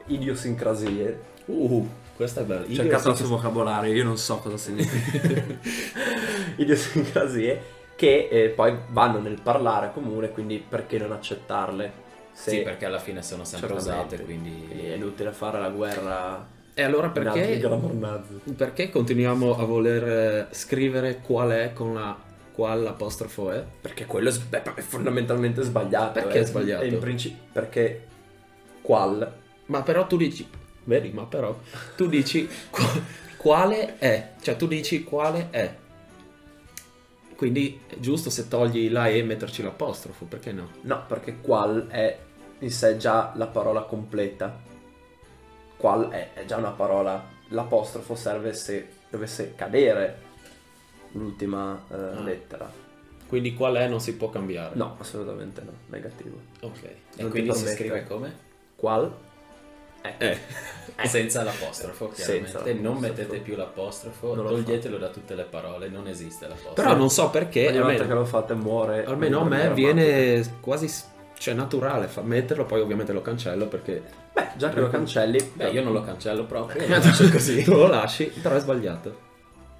[SPEAKER 5] idiosincrasie
[SPEAKER 1] Uh, questa è bella.
[SPEAKER 5] cercato il suo vocabolario, io non so cosa significa. Idiosincrasie che eh, poi vanno nel parlare comune, quindi perché non accettarle? Se
[SPEAKER 6] Sì, perché alla fine sono sempre
[SPEAKER 5] certamente.
[SPEAKER 6] usate,
[SPEAKER 5] Quindi è
[SPEAKER 6] quindi
[SPEAKER 5] inutile fare la guerra
[SPEAKER 1] E allora
[SPEAKER 5] in altri
[SPEAKER 1] perché,
[SPEAKER 5] gramornazzi.
[SPEAKER 1] perché continuiamo a voler eh, scrivere qual è con la qual apostrofo è?
[SPEAKER 5] Perché quello è, s- beh, è fondamentalmente sbagliato. eh.
[SPEAKER 1] Perché è sbagliato?
[SPEAKER 5] in princi- perché qual?
[SPEAKER 1] Ma però tu dici, vedi, ma però tu dici qu- quale è, cioè tu dici quale è. Quindi è giusto se togli la E e metterci l'apostrofo, perché no?
[SPEAKER 5] No, perché qual è in sé già la parola completa. Qual è, è già una parola. L'apostrofo serve se dovesse cadere l'ultima eh,
[SPEAKER 1] Ah.
[SPEAKER 5] lettera.
[SPEAKER 1] Quindi qual è non si può cambiare.
[SPEAKER 5] No, assolutamente no, negativo.
[SPEAKER 1] Ok.
[SPEAKER 6] e quindi si
[SPEAKER 5] permette.
[SPEAKER 6] scrive come?
[SPEAKER 8] Qual? Eh.
[SPEAKER 5] Ecco.
[SPEAKER 8] Eh.
[SPEAKER 4] Senza l'apostrofo,
[SPEAKER 8] Senza
[SPEAKER 4] chiaramente. non
[SPEAKER 8] l'apostrofo.
[SPEAKER 4] mettete più l'apostrofo,
[SPEAKER 9] Non lo
[SPEAKER 4] toglietelo da tutte le parole, non esiste l'apostrofo.
[SPEAKER 1] Però non so perché,
[SPEAKER 9] Ogni volta che
[SPEAKER 1] eh, almeno,
[SPEAKER 9] lo fate muore.
[SPEAKER 1] almeno a
[SPEAKER 9] in
[SPEAKER 1] me
[SPEAKER 9] maniera
[SPEAKER 1] viene quasi s- cioè, naturale fa- metterlo, poi ovviamente lo cancello perché
[SPEAKER 9] automatica. Beh, già che lo cancelli.
[SPEAKER 4] Beh, io non lo cancello proprio.
[SPEAKER 1] così. cioè, tu lo lasci, però è sbagliato.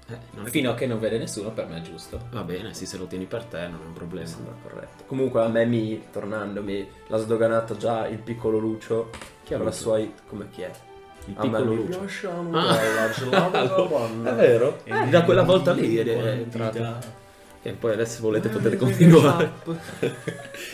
[SPEAKER 1] Eh, non è-
[SPEAKER 4] Fino a che non vede nessuno, per me è giusto.
[SPEAKER 1] Va bene, sì, se lo tieni per te non è un
[SPEAKER 9] Mi
[SPEAKER 1] problema.
[SPEAKER 9] Eh, sembra corretto. Comunque a me mi, tornandomi, l'ha sdoganato già il piccolo Lucio.
[SPEAKER 1] Chi è
[SPEAKER 9] con la
[SPEAKER 1] Lucio?
[SPEAKER 9] sua... Come chi è?
[SPEAKER 1] Il
[SPEAKER 9] A me
[SPEAKER 1] piccolo
[SPEAKER 9] lui,
[SPEAKER 1] Lucio.
[SPEAKER 9] "Lasciamo
[SPEAKER 1] Ah. Eh,
[SPEAKER 9] bella, gelata la donna".
[SPEAKER 1] È vero? da quella volta lì è
[SPEAKER 4] Buona
[SPEAKER 1] entrato.
[SPEAKER 4] vita.
[SPEAKER 1] E poi adesso volete poter continuare.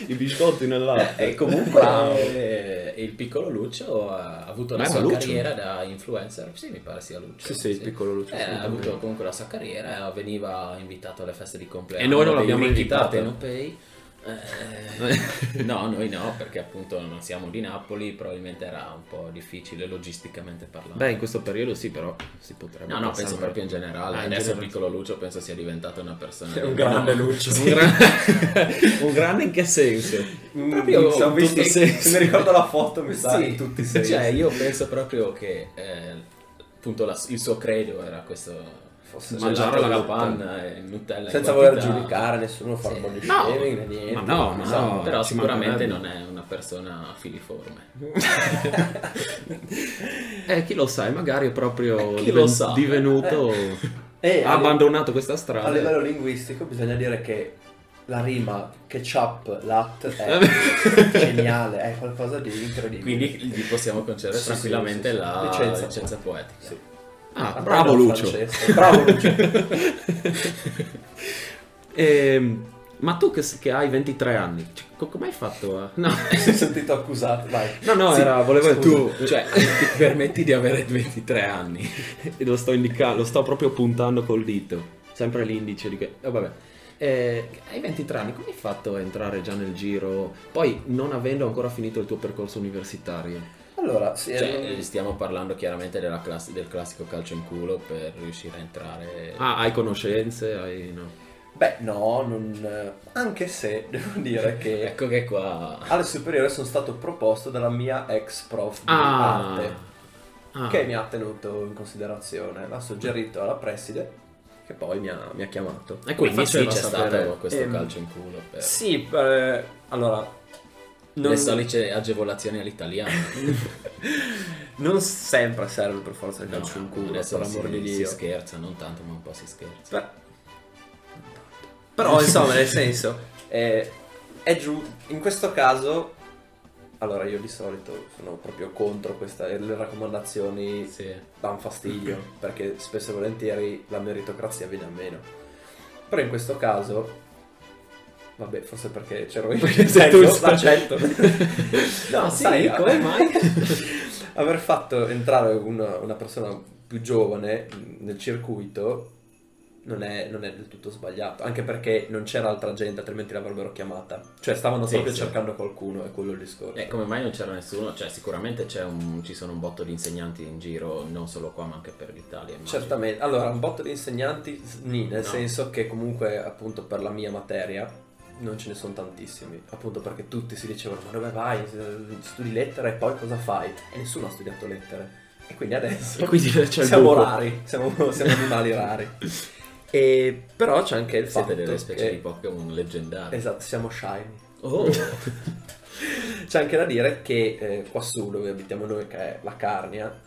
[SPEAKER 1] I biscotti nell'app.
[SPEAKER 9] Eh,
[SPEAKER 4] E comunque eh, il piccolo Lucio ha avuto
[SPEAKER 1] Ma
[SPEAKER 4] la
[SPEAKER 1] era
[SPEAKER 4] sua
[SPEAKER 1] Lucio?
[SPEAKER 4] carriera da influencer. Sì, mi pare sia Lucio.
[SPEAKER 9] Sì, sì, il piccolo Lucio.
[SPEAKER 4] Eh, ha
[SPEAKER 9] assolutamente.
[SPEAKER 4] avuto comunque la sua carriera, veniva invitato alle feste di compleanno.
[SPEAKER 1] E noi non
[SPEAKER 4] dei
[SPEAKER 1] l'abbiamo
[SPEAKER 4] ricchi
[SPEAKER 1] invitato.
[SPEAKER 4] partenopei. Eh, no, noi no, perché appunto non siamo di Napoli, probabilmente era un po' difficile logisticamente parlando.
[SPEAKER 1] Beh, in questo periodo sì, però si potrebbe.
[SPEAKER 4] no, no,
[SPEAKER 1] pensare-
[SPEAKER 4] penso proprio in generale.
[SPEAKER 1] Ah, in
[SPEAKER 4] Adesso
[SPEAKER 1] generale.
[SPEAKER 4] il piccolo Lucio penso sia diventato una persona
[SPEAKER 9] È un
[SPEAKER 4] di-
[SPEAKER 9] grande Lucio.
[SPEAKER 1] Un, gran- un grande in che senso?
[SPEAKER 9] Mm,
[SPEAKER 1] Proprio
[SPEAKER 9] siamo
[SPEAKER 1] in tutti
[SPEAKER 9] visti-
[SPEAKER 1] i sensi.
[SPEAKER 9] Se mi ricordo la foto, mi sa,
[SPEAKER 4] Sì,
[SPEAKER 9] in tutti i sensi.
[SPEAKER 4] Cioè, io penso proprio che eh, appunto la- il suo credo era questo
[SPEAKER 9] Fosse
[SPEAKER 1] mangiare
[SPEAKER 4] gelato
[SPEAKER 1] la
[SPEAKER 4] alla
[SPEAKER 1] Nutella.
[SPEAKER 4] panna e Nutella
[SPEAKER 1] eh,
[SPEAKER 4] in
[SPEAKER 9] Senza
[SPEAKER 4] quantità.
[SPEAKER 9] voler giudicare nessuno, far
[SPEAKER 4] Sì.
[SPEAKER 9] body
[SPEAKER 1] No,
[SPEAKER 9] shaming, né niente.
[SPEAKER 1] ma no, ma
[SPEAKER 9] Esatto.
[SPEAKER 1] no.
[SPEAKER 4] Però
[SPEAKER 1] ci
[SPEAKER 4] sicuramente
[SPEAKER 1] mancherebbe.
[SPEAKER 4] non è una persona filiforme.
[SPEAKER 1] Eh, chi lo sa, e magari è proprio
[SPEAKER 4] Eh, chi
[SPEAKER 1] diven-
[SPEAKER 4] lo sa?
[SPEAKER 1] divenuto.
[SPEAKER 9] Eh,
[SPEAKER 1] ha
[SPEAKER 9] a live-
[SPEAKER 1] abbandonato questa
[SPEAKER 5] A
[SPEAKER 1] strada.
[SPEAKER 5] livello linguistico bisogna dire che la rima ketchup lat è geniale, è qualcosa di incredibile.
[SPEAKER 4] Quindi gli possiamo concedere
[SPEAKER 5] Sì, sì,
[SPEAKER 4] tranquillamente
[SPEAKER 5] sì, sì.
[SPEAKER 4] la licenza,
[SPEAKER 5] Licenza
[SPEAKER 4] poetica.
[SPEAKER 5] Sì.
[SPEAKER 1] Ah,
[SPEAKER 5] Ma
[SPEAKER 1] bravo
[SPEAKER 5] prendilo,
[SPEAKER 1] Lucio.
[SPEAKER 5] Francesco. Bravo Lucio.
[SPEAKER 1] Ehm, ma tu che, che hai 23 anni, cioè, co- come hai fatto a... No,
[SPEAKER 5] Mi sono sentito accusato, vai.
[SPEAKER 1] no, no,
[SPEAKER 4] Sì,
[SPEAKER 1] era, volevo
[SPEAKER 4] Tu,
[SPEAKER 1] tu,
[SPEAKER 4] cioè, ti permetti di avere 23 anni.
[SPEAKER 1] E lo sto indicando, lo sto proprio puntando col dito, sempre l'indice di que- eh, vabbè. Eh, hai 23 anni, come hai fatto a entrare già nel giro? Poi, non avendo ancora finito il tuo percorso universitario,
[SPEAKER 5] Allora, sì, ehm,
[SPEAKER 4] Cioè,
[SPEAKER 5] ero-
[SPEAKER 4] eh, stiamo parlando chiaramente della class- del classico calcio in culo per riuscire a entrare.
[SPEAKER 1] ah, hai conoscenze? Hai, no.
[SPEAKER 5] beh, no, non... anche se devo dire che
[SPEAKER 4] Ecco che qua
[SPEAKER 5] alle superiore sono stato proposto dalla mia ex prof di
[SPEAKER 1] Ah,
[SPEAKER 5] arte.
[SPEAKER 1] ah.
[SPEAKER 5] che mi ha tenuto in considerazione, l'ha suggerito alla preside, che poi mi ha, mi ha chiamato.
[SPEAKER 1] E
[SPEAKER 4] quindi
[SPEAKER 1] come
[SPEAKER 4] sì
[SPEAKER 1] faceva
[SPEAKER 4] c'è
[SPEAKER 1] a
[SPEAKER 4] stato
[SPEAKER 1] sapere?
[SPEAKER 4] questo
[SPEAKER 9] Ehm,
[SPEAKER 4] calcio in culo per
[SPEAKER 9] Eh, Sì, per- allora...
[SPEAKER 4] le solite agevolazioni all'italiano.
[SPEAKER 9] non sempre serve per forza il calcio in culo,
[SPEAKER 4] adesso
[SPEAKER 9] per l'amor
[SPEAKER 4] si,
[SPEAKER 9] di
[SPEAKER 4] si
[SPEAKER 9] Dio.
[SPEAKER 4] scherza, non tanto, ma un po' si scherza.
[SPEAKER 9] Per- Però insomma, nel senso,
[SPEAKER 5] E, eh, è giù, in questo caso, allora io di solito sono proprio contro queste le raccomandazioni
[SPEAKER 4] Sì.
[SPEAKER 5] danno fastidio,
[SPEAKER 4] Mm-hmm.
[SPEAKER 5] perché spesso e volentieri la meritocrazia viene a meno. Però in questo caso, vabbè, forse perché c'ero io,
[SPEAKER 1] Perché sei tu,
[SPEAKER 5] l'accetto. no,
[SPEAKER 4] Ah, sì?
[SPEAKER 5] sai, eh,
[SPEAKER 4] Come mai?
[SPEAKER 5] aver fatto entrare una, una persona più giovane nel circuito non è, non è del tutto sbagliato, anche perché non c'era altra gente, altrimenti l'avrebbero chiamata. Cioè, stavano
[SPEAKER 4] Sì,
[SPEAKER 5] proprio
[SPEAKER 4] sì. Eh,
[SPEAKER 5] cercando qualcuno, è quello il discorso.
[SPEAKER 4] E come mai non c'era nessuno? Cioè, sicuramente c'è un- ci sono un botto di insegnanti in giro, non solo qua, ma anche per l'Italia. immagino.
[SPEAKER 5] Certamente, allora un botto di insegnanti, nì, nel
[SPEAKER 4] No.
[SPEAKER 5] senso che comunque appunto per la mia materia non ce ne sono tantissimi, appunto perché tutti si dicevano ma dove vai, studi lettere e poi cosa fai? E nessuno ha studiato lettere. E quindi adesso
[SPEAKER 1] E quindi c'è il
[SPEAKER 5] siamo
[SPEAKER 1] buco.
[SPEAKER 5] rari, siamo, siamo animali rari. E, però c'è anche il
[SPEAKER 4] Siete
[SPEAKER 5] fatto
[SPEAKER 4] delle specie
[SPEAKER 5] che...
[SPEAKER 4] di Pokémon leggendari.
[SPEAKER 5] Esatto, siamo shiny.
[SPEAKER 4] Oh,
[SPEAKER 5] C'è anche da dire che eh, quassù dove abitiamo noi, che è la Carnia,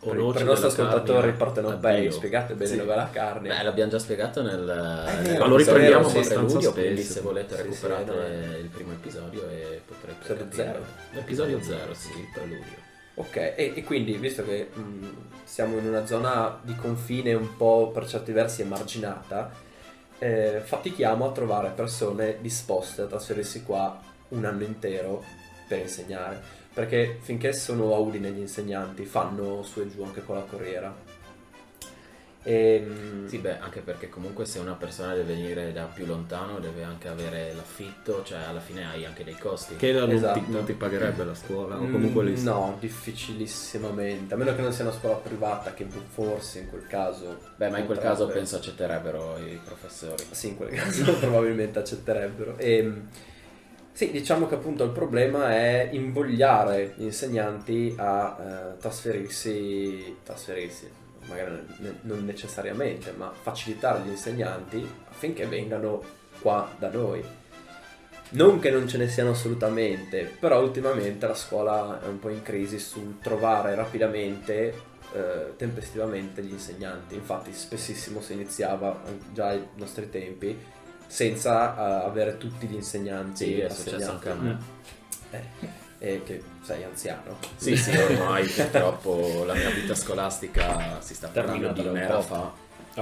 [SPEAKER 5] per,
[SPEAKER 1] noce
[SPEAKER 5] per i nostri
[SPEAKER 1] della
[SPEAKER 5] ascoltatori
[SPEAKER 1] Carnia.
[SPEAKER 5] partenopei,
[SPEAKER 4] Addio.
[SPEAKER 5] spiegate bene
[SPEAKER 4] Sì.
[SPEAKER 5] dove è la Carnia.
[SPEAKER 4] beh, l'abbiamo già spiegato nel... nel
[SPEAKER 5] vero,
[SPEAKER 1] lo riprendiamo
[SPEAKER 4] nel
[SPEAKER 1] abbastanza
[SPEAKER 4] preludio,
[SPEAKER 1] spesso.
[SPEAKER 4] quindi se volete
[SPEAKER 5] Sì, sì,
[SPEAKER 4] recuperate
[SPEAKER 5] no,
[SPEAKER 4] il primo episodio e potrete
[SPEAKER 5] Episodio
[SPEAKER 4] capire.
[SPEAKER 5] zero.
[SPEAKER 4] L'episodio 0, sì, il preludio.
[SPEAKER 5] Ok, e, e quindi visto che mh, siamo in una zona di confine un po' per certi versi emarginata, eh, fatichiamo a trovare persone disposte a trasferirsi qua un anno intero per insegnare. Perché finché sono a Udine gli insegnanti fanno su e giù anche con la corriera. Ehm, E, mh,
[SPEAKER 4] Sì, beh, anche perché comunque se una persona deve venire da più lontano deve anche avere l'affitto, cioè alla fine hai anche dei costi.
[SPEAKER 1] Che non,
[SPEAKER 5] Esatto.
[SPEAKER 1] ti, non ti pagherebbe la scuola o
[SPEAKER 5] Mm,
[SPEAKER 1] comunque lì.
[SPEAKER 5] No, difficilissimamente. A meno che non sia una scuola privata, che forse in quel caso.
[SPEAKER 4] Beh, ma in quel caso
[SPEAKER 5] potrebbe-
[SPEAKER 4] penso accetterebbero i professori.
[SPEAKER 5] Sì, in quel caso probabilmente accetterebbero. E, Ehm, Sì, diciamo che appunto il problema è invogliare gli insegnanti a eh, trasferirsi, trasferirsi, magari ne- non necessariamente, ma facilitare gli insegnanti affinché vengano qua da noi. Non che non ce ne siano assolutamente, però ultimamente la scuola è un po' in crisi sul trovare rapidamente, eh, tempestivamente gli insegnanti. Infatti spessissimo si iniziava eh, già ai nostri tempi senza eh, avere tutti gli insegnanti.
[SPEAKER 4] Sì, è
[SPEAKER 5] assegnati.
[SPEAKER 4] successo anche a me.
[SPEAKER 5] Eh, eh, che sei anziano.
[SPEAKER 4] Sì, sì, ormai purtroppo la mia vita scolastica si sta parlando
[SPEAKER 1] Terminata
[SPEAKER 4] di
[SPEAKER 1] da un
[SPEAKER 4] un'era
[SPEAKER 1] po'.
[SPEAKER 4] fa.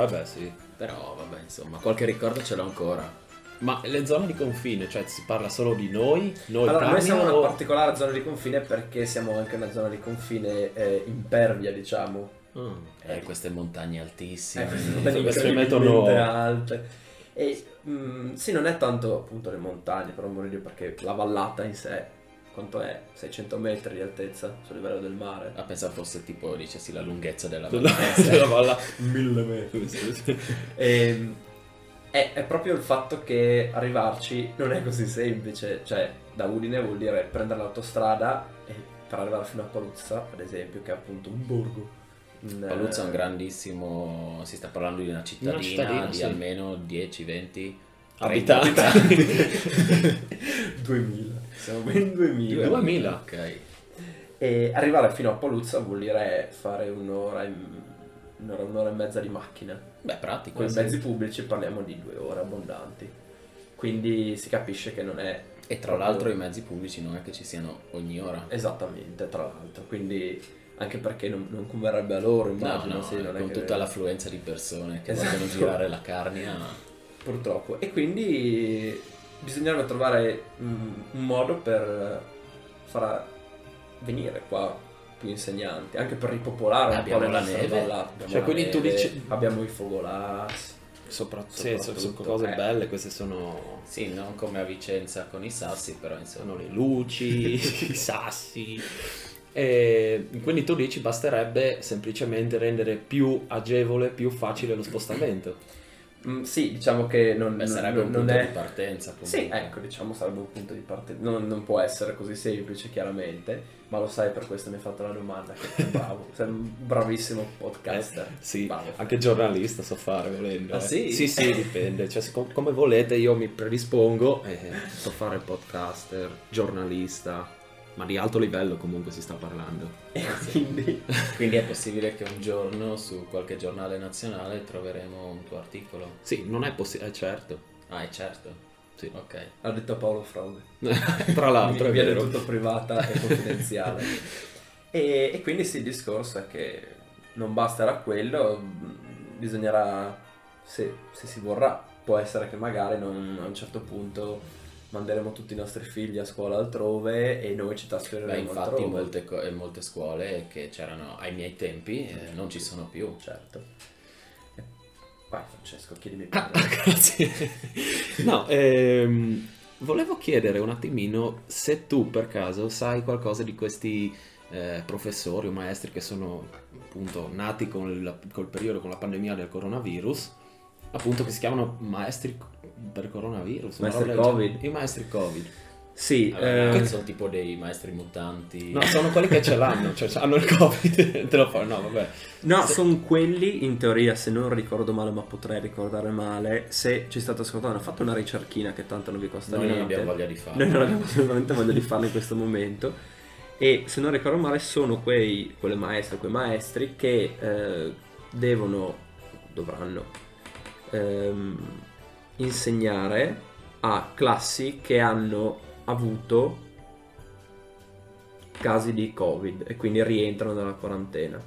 [SPEAKER 1] Vabbè, sì.
[SPEAKER 4] Però vabbè, insomma, qualche ricordo ce l'ho ancora.
[SPEAKER 1] Ma le zone di confine, cioè si parla solo di noi? Noi
[SPEAKER 5] Allora, noi
[SPEAKER 1] Tania,
[SPEAKER 5] siamo
[SPEAKER 1] o-
[SPEAKER 5] una particolare zona di confine perché siamo anche una zona di confine eh, impervia, diciamo.
[SPEAKER 1] Ah.
[SPEAKER 4] Eh, queste montagne altissime.
[SPEAKER 5] Eh.
[SPEAKER 1] montagne
[SPEAKER 5] Queste
[SPEAKER 1] incredibilmente
[SPEAKER 5] mettono alte. E mm, sì, non è tanto appunto le montagne, per amore di Dio, perché la vallata in sé, quanto è? 600 metri di altezza sul livello del mare.
[SPEAKER 4] Ah, pensavo fosse tipo, dicessi, la lunghezza della
[SPEAKER 1] della,
[SPEAKER 4] vacanza.
[SPEAKER 1] della valla mille metri. sì, sì.
[SPEAKER 5] Ehm, è, è proprio il fatto che arrivarci non è così semplice, cioè da Udine vuol dire prendere l'autostrada e per arrivare fino a Paluzza, ad esempio, che è appunto un borgo. Un,
[SPEAKER 4] Paluzza è
[SPEAKER 5] eh,
[SPEAKER 4] un grandissimo, si sta parlando di una cittadina,
[SPEAKER 1] Una cittadina,
[SPEAKER 4] di
[SPEAKER 1] sì.
[SPEAKER 4] almeno 10, 20
[SPEAKER 1] Abitanti.
[SPEAKER 5] 2000, siamo ben 2000.
[SPEAKER 1] 2000.
[SPEAKER 4] Ok.
[SPEAKER 5] E arrivare fino a Paluzza vuol dire fare un'ora, e- un'ora, un'ora e mezza di macchina.
[SPEAKER 4] Beh, pratico.
[SPEAKER 5] Con i
[SPEAKER 4] Ah, sì.
[SPEAKER 5] mezzi pubblici parliamo di due ore abbondanti. Quindi si capisce che non è
[SPEAKER 4] E tra l'altro i mezzi pubblici non è che ci siano ogni ora.
[SPEAKER 5] esattamente, tra l'altro. Quindi anche perché non, non converrebbe a loro,
[SPEAKER 4] No,
[SPEAKER 5] immagino.
[SPEAKER 4] no,
[SPEAKER 5] sì, non è
[SPEAKER 4] con
[SPEAKER 5] che-
[SPEAKER 4] tutta l'affluenza di persone che
[SPEAKER 5] Esatto.
[SPEAKER 4] vogliono girare la carnia.
[SPEAKER 5] Purtroppo. E quindi bisognerebbe trovare mm, un modo per far venire qua più insegnanti, anche per ripopolare un
[SPEAKER 4] Abbiamo
[SPEAKER 5] po'
[SPEAKER 4] la
[SPEAKER 5] la nostra
[SPEAKER 4] neve.
[SPEAKER 5] vallata. Abbiamo
[SPEAKER 1] Cioè,
[SPEAKER 5] la
[SPEAKER 1] quindi tu
[SPEAKER 5] neve,
[SPEAKER 1] dici-
[SPEAKER 5] Abbiamo i fogolassi.
[SPEAKER 1] Soprattutto,
[SPEAKER 5] Soprattutto,
[SPEAKER 1] sono cose
[SPEAKER 5] eh.
[SPEAKER 1] belle, queste sono,
[SPEAKER 4] Sì, non come a Vicenza con i sassi, però insomma.
[SPEAKER 1] sono le luci, i sassi. E quindi tu dici basterebbe semplicemente rendere più agevole, più facile lo spostamento.
[SPEAKER 5] Mm, sì, diciamo che non,
[SPEAKER 4] Beh,
[SPEAKER 5] non-
[SPEAKER 4] sarebbe un
[SPEAKER 5] non
[SPEAKER 4] punto di
[SPEAKER 5] è...
[SPEAKER 4] partenza. Appunto.
[SPEAKER 5] Sì, ecco, diciamo sarebbe un punto di partenza. Non, non può essere così semplice, chiaramente, ma lo sai, per questo mi hai fatto la domanda. Che bravo, sei un bravissimo podcaster.
[SPEAKER 1] Eh, Sì,
[SPEAKER 5] Bravo.
[SPEAKER 1] anche giornalista so fare volendo.
[SPEAKER 5] Ah,
[SPEAKER 1] eh.
[SPEAKER 5] sì?
[SPEAKER 1] Sì, sì, dipende. Cioè, se- com- come volete, io mi predispongo e so fare podcaster, giornalista, ma di alto livello comunque si sta parlando.
[SPEAKER 5] E quindi
[SPEAKER 4] Quindi è possibile che un giorno su qualche giornale nazionale troveremo un tuo articolo.
[SPEAKER 1] Sì, non è possibile, certo.
[SPEAKER 4] Ah, è certo.
[SPEAKER 1] Sì.
[SPEAKER 4] Ok.
[SPEAKER 5] ha detto Paolo Frode.
[SPEAKER 1] Tra l'altro, è
[SPEAKER 5] Mi viene
[SPEAKER 1] vero.
[SPEAKER 5] tutto privata e confidenziale. e, e quindi sì, il discorso è che non basterà quello, mh, bisognerà, se, se si vorrà, può essere che magari non- a un certo punto manderemo tutti i nostri figli a scuola altrove e noi ci trasferiremo
[SPEAKER 4] Beh, infatti
[SPEAKER 5] altrove.
[SPEAKER 4] molte, co- eh, molte scuole che c'erano ai miei tempi eh, non ci sono più.
[SPEAKER 5] Certo. Eh, Vai Francesco, chiedimi
[SPEAKER 1] Ah,
[SPEAKER 5] pure.
[SPEAKER 1] grazie. No, ehm, volevo chiedere un attimino se tu per caso sai qualcosa di questi eh, professori o maestri che sono appunto nati con la- col periodo, con la pandemia del coronavirus, appunto che si chiamano maestri co- per coronavirus. una
[SPEAKER 5] Maestri
[SPEAKER 1] roba del
[SPEAKER 5] Covid.
[SPEAKER 1] genere. I maestri Covid.
[SPEAKER 5] Sì,
[SPEAKER 4] Allora,
[SPEAKER 5] eh,
[SPEAKER 4] sono tipo dei maestri mutanti.
[SPEAKER 1] No, sono quelli che ce l'hanno, cioè hanno il Covid, te lo fanno, no vabbè.
[SPEAKER 5] No, sono quelli in teoria, se non ricordo male, ma potrei ricordare male. Se ci state ascoltando, fate una ricerchina che tanto non vi costa
[SPEAKER 4] Noi non
[SPEAKER 5] niente.
[SPEAKER 4] abbiamo voglia di farlo.
[SPEAKER 5] Noi non abbiamo assolutamente voglia di farlo in questo momento. E se non ricordo male, sono quei, quelle maestre, quei maestri che eh, devono, dovranno ehm, insegnare a classi che hanno avuto casi di covid e quindi rientrano dalla quarantena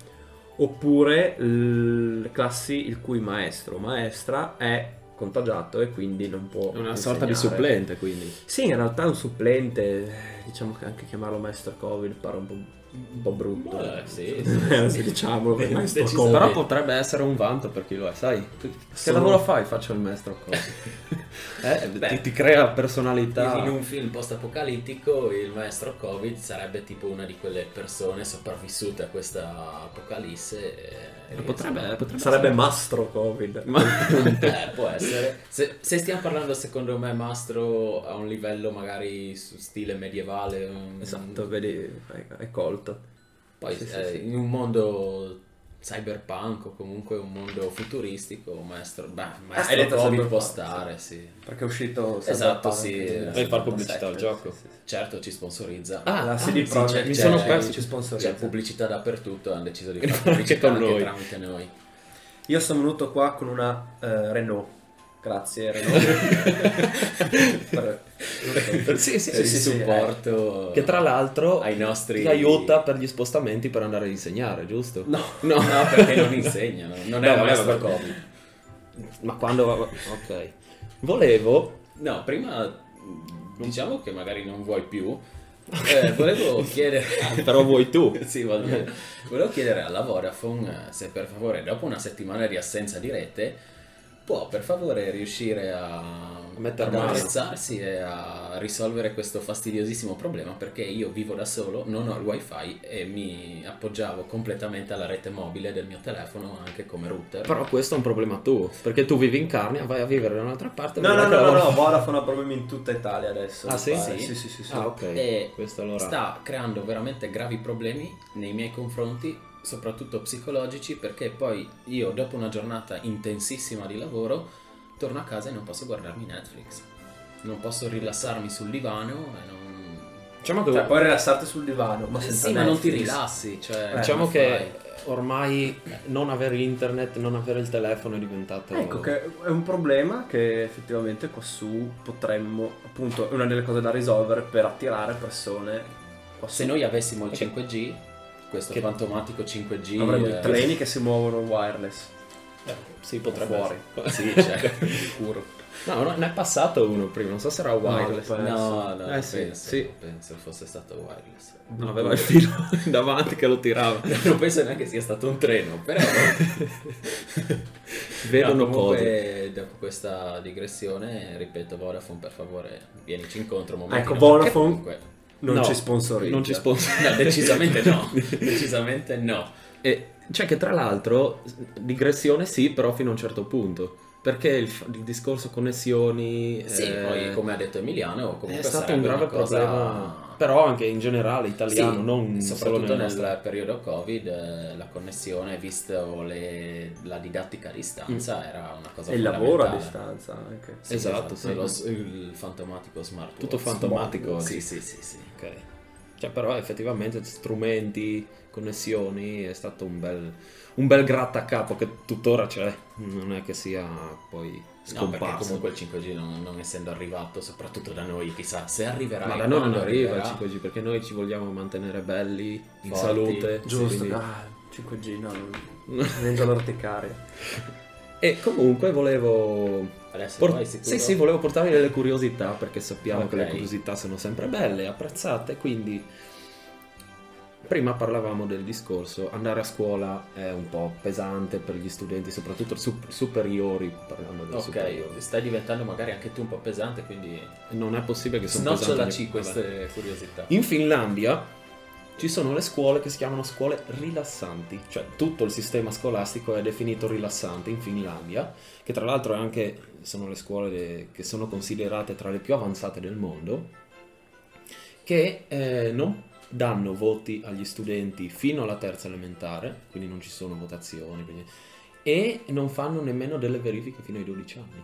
[SPEAKER 5] oppure l- classi il cui maestro o maestra è contagiato e quindi non può
[SPEAKER 1] È una sorta di
[SPEAKER 5] insegnare.
[SPEAKER 1] supplente quindi.
[SPEAKER 5] Sì, in realtà è un supplente, diciamo che anche chiamarlo maestro Covid pare un po', un po brutto.
[SPEAKER 4] Beh, sì,
[SPEAKER 5] Eh, se diciamolo, perché maestro Covid.
[SPEAKER 1] Però potrebbe essere un vanto per chi lo è, sai? Che
[SPEAKER 5] Sono-
[SPEAKER 1] lavoro fai? Faccio il maestro Covid. Eh, ti, ti crea personalità.
[SPEAKER 4] In un film post-apocalittico il maestro Covid sarebbe tipo una di quelle persone sopravvissute a questa apocalisse. eh, e-
[SPEAKER 1] Potrebbe, potrebbe
[SPEAKER 5] Sarebbe mastro Covid.
[SPEAKER 4] Eh, può essere. Se, se stiamo parlando, secondo me, Mastro a un livello magari su stile medievale. un-
[SPEAKER 5] Esatto, vedi, hai, hai colto.
[SPEAKER 4] Poi
[SPEAKER 5] Sì, sì,
[SPEAKER 4] eh,
[SPEAKER 5] sì.
[SPEAKER 4] in un mondo cyberpunk o comunque un mondo futuristico, Maestro, beh,
[SPEAKER 5] hai
[SPEAKER 4] maestro
[SPEAKER 5] detto
[SPEAKER 4] Covid
[SPEAKER 5] cyberpunk,
[SPEAKER 4] può stare, sì.
[SPEAKER 5] Perché è uscito
[SPEAKER 4] Esatto,
[SPEAKER 5] Cyberpunk.
[SPEAKER 4] sì.
[SPEAKER 10] Per far pubblicità al gioco.
[SPEAKER 4] Certo, ci sponsorizza.
[SPEAKER 1] Ah,
[SPEAKER 5] La
[SPEAKER 1] ah, sì,
[SPEAKER 5] CD Projekt
[SPEAKER 1] c'è- mi
[SPEAKER 5] c'è-
[SPEAKER 1] sono
[SPEAKER 5] c'è-
[SPEAKER 1] perso.
[SPEAKER 5] ci
[SPEAKER 4] C'è
[SPEAKER 5] sponsorizza.
[SPEAKER 4] pubblicità dappertutto, hanno deciso di
[SPEAKER 1] Anche
[SPEAKER 4] fare pubblicità
[SPEAKER 1] con
[SPEAKER 4] anche
[SPEAKER 1] noi.
[SPEAKER 4] tramite noi.
[SPEAKER 5] Io sono venuto qua con una eh, Renault. Grazie Renault. Per-
[SPEAKER 1] Sì, sì,
[SPEAKER 4] Per
[SPEAKER 1] sì,
[SPEAKER 4] il
[SPEAKER 1] sì, sì.
[SPEAKER 4] supporto
[SPEAKER 1] Che tra l'altro
[SPEAKER 4] ai nostri
[SPEAKER 1] ti aiuta per gli spostamenti per andare a insegnare, giusto?
[SPEAKER 5] No.
[SPEAKER 1] no.
[SPEAKER 4] No, perché non insegnano, non è
[SPEAKER 1] No,
[SPEAKER 4] la
[SPEAKER 1] vabbè,
[SPEAKER 4] maestra
[SPEAKER 1] vabbè.
[SPEAKER 4] Covid.
[SPEAKER 1] Ma quando... Ok. Volevo...
[SPEAKER 4] No, prima diciamo che magari non vuoi più. Eh, volevo chiedere
[SPEAKER 1] Ah, però vuoi tu.
[SPEAKER 4] Sì, va bene. Volevo chiedere alla Vodafone eh, se per favore dopo una settimana di assenza di rete può per favore riuscire a
[SPEAKER 1] mettere
[SPEAKER 4] ad
[SPEAKER 1] mano.
[SPEAKER 4] attrezzarsi e a risolvere questo fastidiosissimo problema perché io vivo da solo, non ho il wifi e mi appoggiavo completamente alla rete mobile del mio telefono anche come router.
[SPEAKER 1] Però questo è un problema tuo, perché tu vivi in Carnia, vai a vivere da un'altra parte.
[SPEAKER 5] No, no,
[SPEAKER 1] guarda
[SPEAKER 5] no, no,
[SPEAKER 1] la-
[SPEAKER 5] no, Vodafone ha problemi in tutta Italia adesso.
[SPEAKER 1] Ah,
[SPEAKER 5] mi
[SPEAKER 1] sì?
[SPEAKER 5] pare.
[SPEAKER 4] Sì?
[SPEAKER 5] Sì, sì, sì, sì.
[SPEAKER 1] Ah, ok.
[SPEAKER 4] E
[SPEAKER 1] questo allora...
[SPEAKER 4] sta creando veramente gravi problemi nei miei confronti, soprattutto psicologici, perché poi io dopo una giornata intensissima di lavoro torno a casa e non posso guardarmi Netflix. Non posso rilassarmi sul divano e non...
[SPEAKER 1] Diciamo che,
[SPEAKER 5] Cioè, puoi rilassarti sul divano, ma
[SPEAKER 4] Eh
[SPEAKER 5] senza
[SPEAKER 4] sì, ma non ti
[SPEAKER 5] Netflix.
[SPEAKER 4] rilassi, cioè...
[SPEAKER 1] diciamo
[SPEAKER 4] come
[SPEAKER 1] che
[SPEAKER 4] fai?
[SPEAKER 1] ormai non avere internet, non avere il telefono è diventato...
[SPEAKER 5] Ecco che è un problema che effettivamente qua su potremmo, appunto, è una delle cose da risolvere per attirare persone qua su.
[SPEAKER 4] Se noi avessimo il
[SPEAKER 1] Ok.
[SPEAKER 4] 5G, questo
[SPEAKER 1] Che-
[SPEAKER 4] fantomatico 5G...
[SPEAKER 5] avremmo
[SPEAKER 4] eh,
[SPEAKER 5] i treni che si muovono wireless.
[SPEAKER 1] Sì, Eh, potrebbe
[SPEAKER 5] Fuori.
[SPEAKER 1] essere.
[SPEAKER 4] Sì, cioè...
[SPEAKER 5] Sicuro.
[SPEAKER 1] No, no, ne è passato uno prima, non so se era wireless.
[SPEAKER 5] No,
[SPEAKER 4] No, no,
[SPEAKER 1] Eh, sì,
[SPEAKER 4] penso,
[SPEAKER 1] sì.
[SPEAKER 4] penso fosse stato wireless.
[SPEAKER 1] No, aveva il filo davanti che lo tirava.
[SPEAKER 4] Non penso neanche sia stato un treno, però...
[SPEAKER 1] Vedono
[SPEAKER 4] No,
[SPEAKER 1] cose.
[SPEAKER 4] comunque, Dopo questa digressione, ripeto, Vodafone, per favore, vienici incontro. momentino,
[SPEAKER 5] Ecco, Vodafone-
[SPEAKER 4] perché comunque-
[SPEAKER 5] Non
[SPEAKER 1] No,
[SPEAKER 5] ci sponsorizza.
[SPEAKER 1] Non ci sponsorizza.
[SPEAKER 4] No, decisamente no. decisamente no.
[SPEAKER 1] E, cioè che tra l'altro, digressione sì, però fino a un certo punto. Perché il, f- il discorso connessioni...
[SPEAKER 4] Sì,
[SPEAKER 1] eh,
[SPEAKER 4] poi, come ha detto Emiliano, comunque
[SPEAKER 1] è stato
[SPEAKER 4] sarebbe
[SPEAKER 1] un grave
[SPEAKER 4] una cosa-
[SPEAKER 1] problema. Però anche in generale italiano,
[SPEAKER 4] Sì,
[SPEAKER 1] non solo
[SPEAKER 4] soprattutto
[SPEAKER 1] nel
[SPEAKER 4] nel
[SPEAKER 1] nostro...
[SPEAKER 4] periodo Covid, eh, la connessione, visto le- la didattica a distanza,
[SPEAKER 1] Mm.
[SPEAKER 4] era una cosa
[SPEAKER 5] E il lavoro a
[SPEAKER 4] fondamentale.
[SPEAKER 5] distanza anche.
[SPEAKER 4] Sì,
[SPEAKER 1] Esatto,
[SPEAKER 4] esatto,
[SPEAKER 1] sì.
[SPEAKER 4] lo s- il fantomatico smart
[SPEAKER 1] Tutto
[SPEAKER 4] works.
[SPEAKER 1] fantomatico
[SPEAKER 4] Sì,
[SPEAKER 1] oggi.
[SPEAKER 4] sì, sì, sì.
[SPEAKER 1] Ok. Cioè, però effettivamente strumenti, connessioni, è stato un bel, un bel grattacapo che tuttora c'è. Non è che sia poi
[SPEAKER 4] No, perché
[SPEAKER 1] scomparso.
[SPEAKER 4] comunque il 5G non, non essendo arrivato, soprattutto da noi, chissà se arriverà.
[SPEAKER 1] Ma
[SPEAKER 4] e
[SPEAKER 1] da noi non
[SPEAKER 4] quando
[SPEAKER 1] arriva il
[SPEAKER 4] arriverà.
[SPEAKER 1] 5G perché noi ci vogliamo mantenere belli, in
[SPEAKER 4] Forti.
[SPEAKER 1] salute.
[SPEAKER 5] Giusto.
[SPEAKER 1] quindi-
[SPEAKER 5] Ah, 5G, no, non vengo all'orticaria.
[SPEAKER 1] E comunque volevo...
[SPEAKER 4] Adesso
[SPEAKER 1] por-
[SPEAKER 4] vai, sicuro?
[SPEAKER 1] sì, sì, volevo portarvi delle curiosità perché sappiamo che le
[SPEAKER 4] Ok.
[SPEAKER 1] curiosità sono sempre belle, apprezzate, quindi... Prima parlavamo del discorso, andare a scuola è un po' pesante per gli studenti, soprattutto su- superiori, parliamo del superiori.
[SPEAKER 4] Ok, stai diventando magari anche tu un po' pesante, quindi
[SPEAKER 1] Non è possibile che sono pesanti.
[SPEAKER 4] snocciolaci
[SPEAKER 1] Vabbè.
[SPEAKER 4] queste curiosità.
[SPEAKER 1] In Finlandia ci sono le scuole che si chiamano scuole rilassanti, cioè tutto il sistema scolastico è definito rilassante in Finlandia, che tra l'altro è anche, sono le scuole de- che sono considerate tra le più avanzate del mondo, che eh, non danno voti agli studenti fino alla terza elementare, quindi non ci sono votazioni, quindi- e non fanno nemmeno delle verifiche fino ai 12 anni.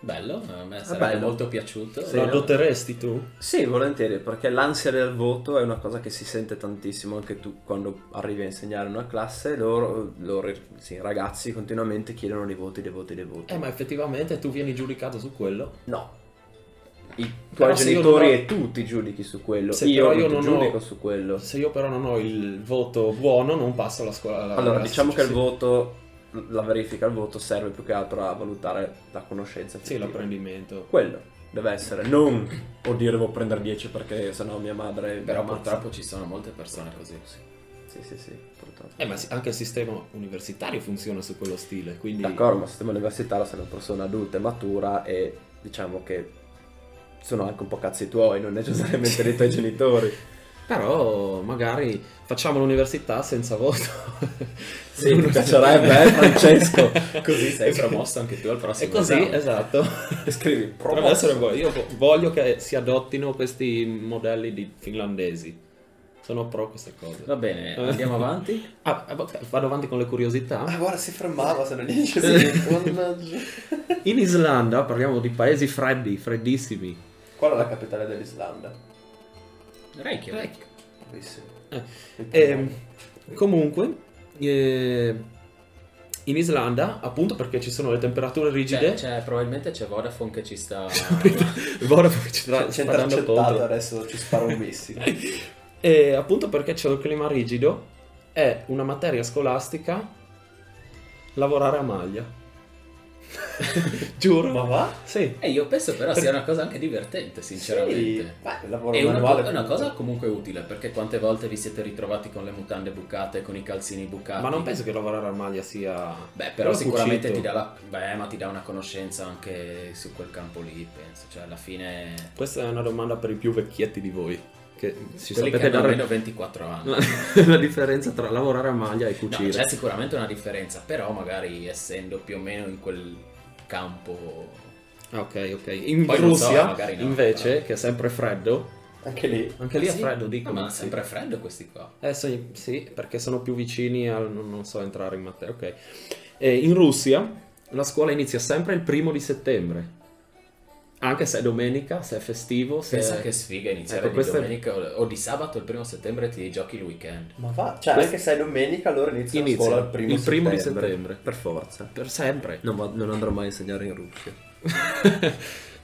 [SPEAKER 4] Bello, a
[SPEAKER 1] Ah,
[SPEAKER 4] me sarebbe
[SPEAKER 5] bello.
[SPEAKER 4] molto piaciuto.
[SPEAKER 1] Lo adotteresti tu?
[SPEAKER 5] Sì, volentieri, perché l'ansia del voto è una cosa che si sente tantissimo anche tu quando arrivi a insegnare in una classe, loro, loro sì, i ragazzi continuamente chiedono dei voti, dei voti, dei voti.
[SPEAKER 1] Eh, ma effettivamente tu vieni giudicato su quello
[SPEAKER 5] No. I tuoi
[SPEAKER 1] Però se io
[SPEAKER 5] genitori
[SPEAKER 1] non ho-
[SPEAKER 5] e tu ti giudichi su quello.
[SPEAKER 1] Se
[SPEAKER 5] io,
[SPEAKER 1] però
[SPEAKER 5] non
[SPEAKER 1] io
[SPEAKER 5] ti
[SPEAKER 1] non ho-
[SPEAKER 5] giudico su quello.
[SPEAKER 1] Se io però non ho il voto buono, non passo alla scuola. alla Cioè,
[SPEAKER 5] Allora,
[SPEAKER 1] classe
[SPEAKER 5] diciamo che il
[SPEAKER 1] successiva.
[SPEAKER 5] voto, la verifica al voto serve più che altro a valutare la conoscenza.
[SPEAKER 1] Sì,
[SPEAKER 5] effettiva.
[SPEAKER 1] l'apprendimento.
[SPEAKER 5] Quello deve essere, non oddio devo prendere 10 perché sennò mia madre...
[SPEAKER 4] Però
[SPEAKER 5] mi ammazza.
[SPEAKER 4] purtroppo ci sono molte persone così.
[SPEAKER 5] Sì. Sì, sì, sì, purtroppo.
[SPEAKER 1] Eh, ma sì, anche il sistema universitario funziona su quello stile, quindi...
[SPEAKER 5] D'accordo, ma il sistema universitario sei una persona adulta e matura e diciamo che sono anche un po' cazzi tuoi, non necessariamente dei tuoi genitori.
[SPEAKER 1] Però magari facciamo l'università senza voto.
[SPEAKER 5] Sì, ti piacerebbe, eh, Francesco?
[SPEAKER 4] Così sei promosso anche tu al
[SPEAKER 1] E
[SPEAKER 4] prossimo
[SPEAKER 1] così,
[SPEAKER 4] esame.
[SPEAKER 1] esatto.
[SPEAKER 5] Scrivi,
[SPEAKER 1] Potrebbe essere buono. Io vo- voglio che si adottino questi modelli di finlandesi. Sono pro queste cose.
[SPEAKER 4] Va bene,
[SPEAKER 3] Andiamo avanti.
[SPEAKER 1] Ah, eh, ok, vado avanti con le curiosità.
[SPEAKER 11] Ah, guarda, si fermava se non gli dicessi. Mannaggia.
[SPEAKER 1] In Islanda parliamo di paesi freddi, freddissimi.
[SPEAKER 11] Qual è la capitale dell'Islanda?
[SPEAKER 4] Reykjavik.
[SPEAKER 11] Bravissimo.
[SPEAKER 1] Eh,
[SPEAKER 11] Il
[SPEAKER 1] Ehm,
[SPEAKER 11] primo.
[SPEAKER 1] comunque, eh, in Islanda, appunto perché ci sono le temperature rigide,
[SPEAKER 4] C'è, c'è- Cioè, probabilmente c'è Vodafone che ci sta...
[SPEAKER 1] Vodafone ci sta,
[SPEAKER 11] C'è
[SPEAKER 1] sta
[SPEAKER 11] C'entra
[SPEAKER 1] dando
[SPEAKER 11] accettato,
[SPEAKER 1] contro.
[SPEAKER 11] adesso ci sparo un missile.
[SPEAKER 1] E Eh, appunto perché c'è il clima rigido, è una materia scolastica lavorare a maglia. Giuro.
[SPEAKER 11] Ma va?
[SPEAKER 1] Sì.
[SPEAKER 4] E Eh, io penso però sia una cosa anche divertente, sinceramente.
[SPEAKER 11] Sì, beh, il lavoro
[SPEAKER 4] È una,
[SPEAKER 11] manuale
[SPEAKER 4] è una
[SPEAKER 11] comunque.
[SPEAKER 4] cosa comunque utile perché quante volte vi siete ritrovati con le mutande bucate, con i calzini bucati.
[SPEAKER 1] Ma non penso che lavorare a maglia sia...
[SPEAKER 4] Ah, Beh, però
[SPEAKER 1] Però
[SPEAKER 4] sicuramente
[SPEAKER 1] cucito.
[SPEAKER 4] ti dà, la- beh, ma ti dà una conoscenza anche su quel campo lì, penso. Cioè, alla fine.
[SPEAKER 1] Questa è una domanda per i più vecchietti di voi, che ci
[SPEAKER 4] quelli che
[SPEAKER 1] sapete
[SPEAKER 4] hanno
[SPEAKER 1] dare
[SPEAKER 4] almeno 24 anni.
[SPEAKER 1] la, la differenza tra lavorare a maglia e
[SPEAKER 4] No,
[SPEAKER 1] cucire.
[SPEAKER 4] c'è sicuramente una differenza, però magari essendo più o meno in quel campo.
[SPEAKER 1] Ah, Ok, ok. In
[SPEAKER 4] Poi non so,
[SPEAKER 1] Russia,
[SPEAKER 4] magari no,
[SPEAKER 1] invece,
[SPEAKER 4] però.
[SPEAKER 1] che è sempre freddo,
[SPEAKER 11] Anche lì.
[SPEAKER 1] anche lì
[SPEAKER 4] Sì?
[SPEAKER 1] è freddo, dico.
[SPEAKER 4] No, ma
[SPEAKER 1] ma sì.
[SPEAKER 4] sempre freddo questi qua.
[SPEAKER 1] Eh, so- sì, perché sono più vicini al... non non so entrare in materia, ok. Eh, in Russia la scuola inizia sempre il primo di settembre, anche se è domenica, se è festivo, se
[SPEAKER 4] Pensa
[SPEAKER 5] Eh,
[SPEAKER 1] è-
[SPEAKER 4] che sfiga iniziare
[SPEAKER 1] Ecco,
[SPEAKER 4] di
[SPEAKER 1] questo è-
[SPEAKER 4] domenica o- o di sabato il primo settembre ti giochi il weekend.
[SPEAKER 11] Ma va? Cioè,
[SPEAKER 1] Questo-
[SPEAKER 11] anche se è domenica, allora inizia, la
[SPEAKER 1] inizia
[SPEAKER 11] scuola il primo,
[SPEAKER 1] di settembre.
[SPEAKER 5] Per forza.
[SPEAKER 1] Per sempre.
[SPEAKER 5] Non, va- non andrò mai a insegnare in Russia.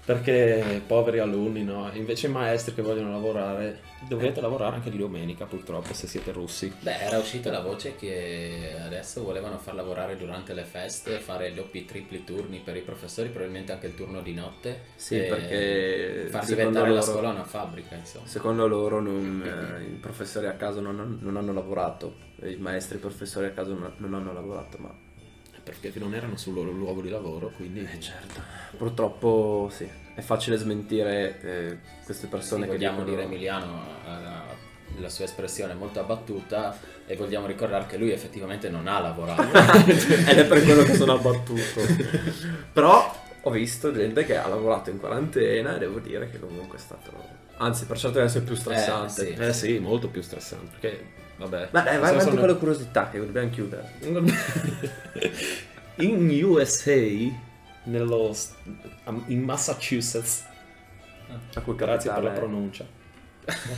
[SPEAKER 1] perché poveri alunni, no? Invece i maestri che vogliono lavorare,
[SPEAKER 4] Eh.
[SPEAKER 1] dovete lavorare anche di domenica, purtroppo, se siete russi.
[SPEAKER 4] Beh, era uscita la voce che adesso volevano far lavorare durante le feste, fare doppi, tripli turni per i professori, probabilmente anche il turno di notte.
[SPEAKER 5] Sì,
[SPEAKER 4] e
[SPEAKER 5] perché
[SPEAKER 4] far
[SPEAKER 5] secondo
[SPEAKER 4] diventare la
[SPEAKER 5] loro-
[SPEAKER 4] scuola una fabbrica, insomma.
[SPEAKER 5] Secondo loro non, eh, i professori a caso non, non hanno lavorato, i maestri e i professori a caso non, non hanno lavorato, ma
[SPEAKER 1] Perché non erano sul loro luogo di lavoro, quindi...
[SPEAKER 4] Eh,
[SPEAKER 5] certo. Purtroppo sì, è facile smentire eh, queste persone
[SPEAKER 4] Sì,
[SPEAKER 5] che
[SPEAKER 4] vogliamo
[SPEAKER 5] dicono-
[SPEAKER 4] dire Emiliano ha- ha la sua espressione molto abbattuta e vogliamo ricordare che lui effettivamente non ha lavorato.
[SPEAKER 5] Ed è per quello che sono abbattuto. Però ho visto gente che ha lavorato in quarantena e devo dire che comunque è stato... Anzi, per certo verso è più stressante.
[SPEAKER 4] sì.
[SPEAKER 1] Eh sì, molto più stressante, perché... Vabbè.
[SPEAKER 5] Ma dai, vai
[SPEAKER 1] Adesso
[SPEAKER 5] avanti
[SPEAKER 1] sono-
[SPEAKER 5] con le curiosità che dobbiamo chiudere.
[SPEAKER 1] In USA, nello, s- in Massachusetts,
[SPEAKER 5] A cui
[SPEAKER 1] grazie per la
[SPEAKER 5] capitale-
[SPEAKER 1] pronuncia,